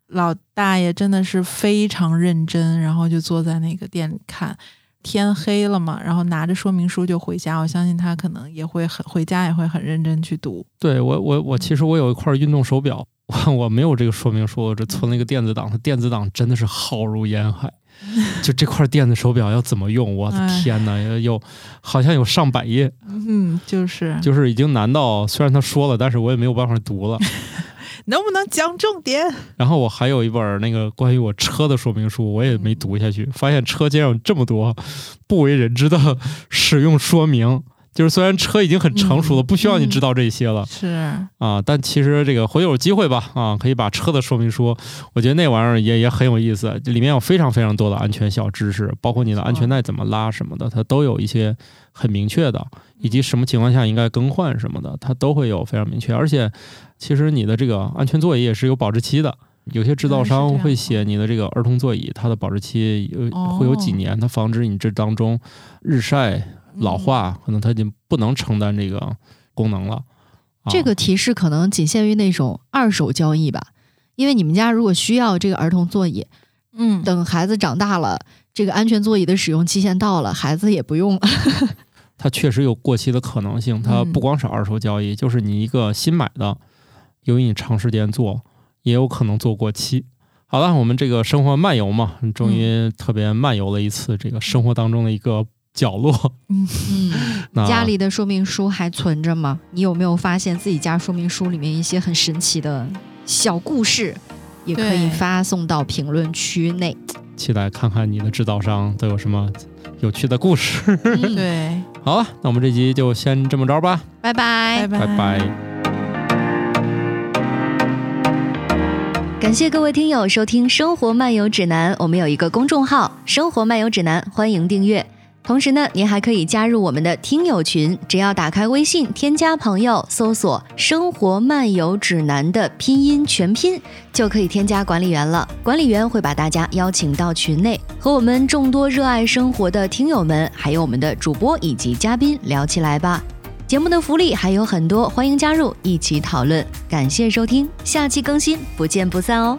S3: 老大爷真的是非常认真，然后就坐在那个店里看。天黑了嘛，然后拿着说明书就回家。我相信他可能也会很回家，也会很认真去读。
S2: 对我我我其实我有一块运动手表， 我我没有这个说明书，我这存了一个电子档，它电子档真的是浩如烟海。 就这块电子手表要怎么用？我的
S3: 哎
S2: 天哪，有有好像有上百页，
S3: 嗯，就是
S2: 就是已经难到虽然他说了，但是我也没有办法读了。
S3: 能不能讲重点？
S2: 然后我还有一本儿那个关于我车的说明书，我也没读下去，发现车竟然有这么多不为人知的使用说明。就是虽然车已经很成熟了，
S3: 嗯
S2: 不需要你知道这些了、
S3: 是，
S2: 啊，但其实这个回头有机会吧啊，可以把车的说明书，我觉得那玩意儿也也很有意思，里面有非常非常多的安全小知识，包括你的安全带怎么拉什么的，它都有一些很明确的，以
S3: 嗯
S2: 及什么情况下应该更换什么的，它都会有非常明确。而且，其实你的这个安全座椅也是有保质期的。有些制造
S3: 嗯是这
S2: 商
S3: 样
S2: 会写你的这个儿童座椅，它的保质期有
S3: 哦
S2: 会有几年，它防止你这当中日晒
S3: 嗯
S2: 老化，可能它已经不能承担这个功能了。啊
S1: 这个提示可能仅限于那种二手交易吧，因为你们家如果需要这个儿童座椅，
S3: 嗯，
S1: 等孩子长大了，这个安全座椅的使用期限到了，孩子也不用了。
S2: 它确实有过期的可能性。它
S3: 嗯
S2: 不光是二手交易，就是你一个新买的，由于你长时间做，也有可能做过期。好了，我们这个生活漫游嘛，终
S3: 嗯
S2: 于特别漫游了一次这个生活当中的一个角 落。
S1: 嗯，
S2: 那
S1: 家里的说明书还存着吗？你有没有发现自己家说明书里面一些很神奇的小故事？也可以
S3: 对
S1: 发送到评论区内。
S2: 期待看看你的制造商都有什么有趣的故事。
S1: 嗯，
S3: 对，
S2: 好了，那我们这集就先这么着吧，
S1: 拜拜
S3: 拜
S2: 拜拜。
S4: 感谢各位听友收听《生活漫游指南》，我们有一个公众号《生活漫游指南》，欢迎订阅。同时呢，您还可以加入我们的听友群，只要打开微信添加朋友，搜索“生活漫游指南”的拼音全拼，就可以添加管理员了。管理员会把大家邀请到群内，和我们众多热爱生活的听友们，还有我们的主播以及嘉宾聊起来吧。节目的福利还有很多，欢迎加入一起讨论。感谢收听，下期更新，不见不散哦。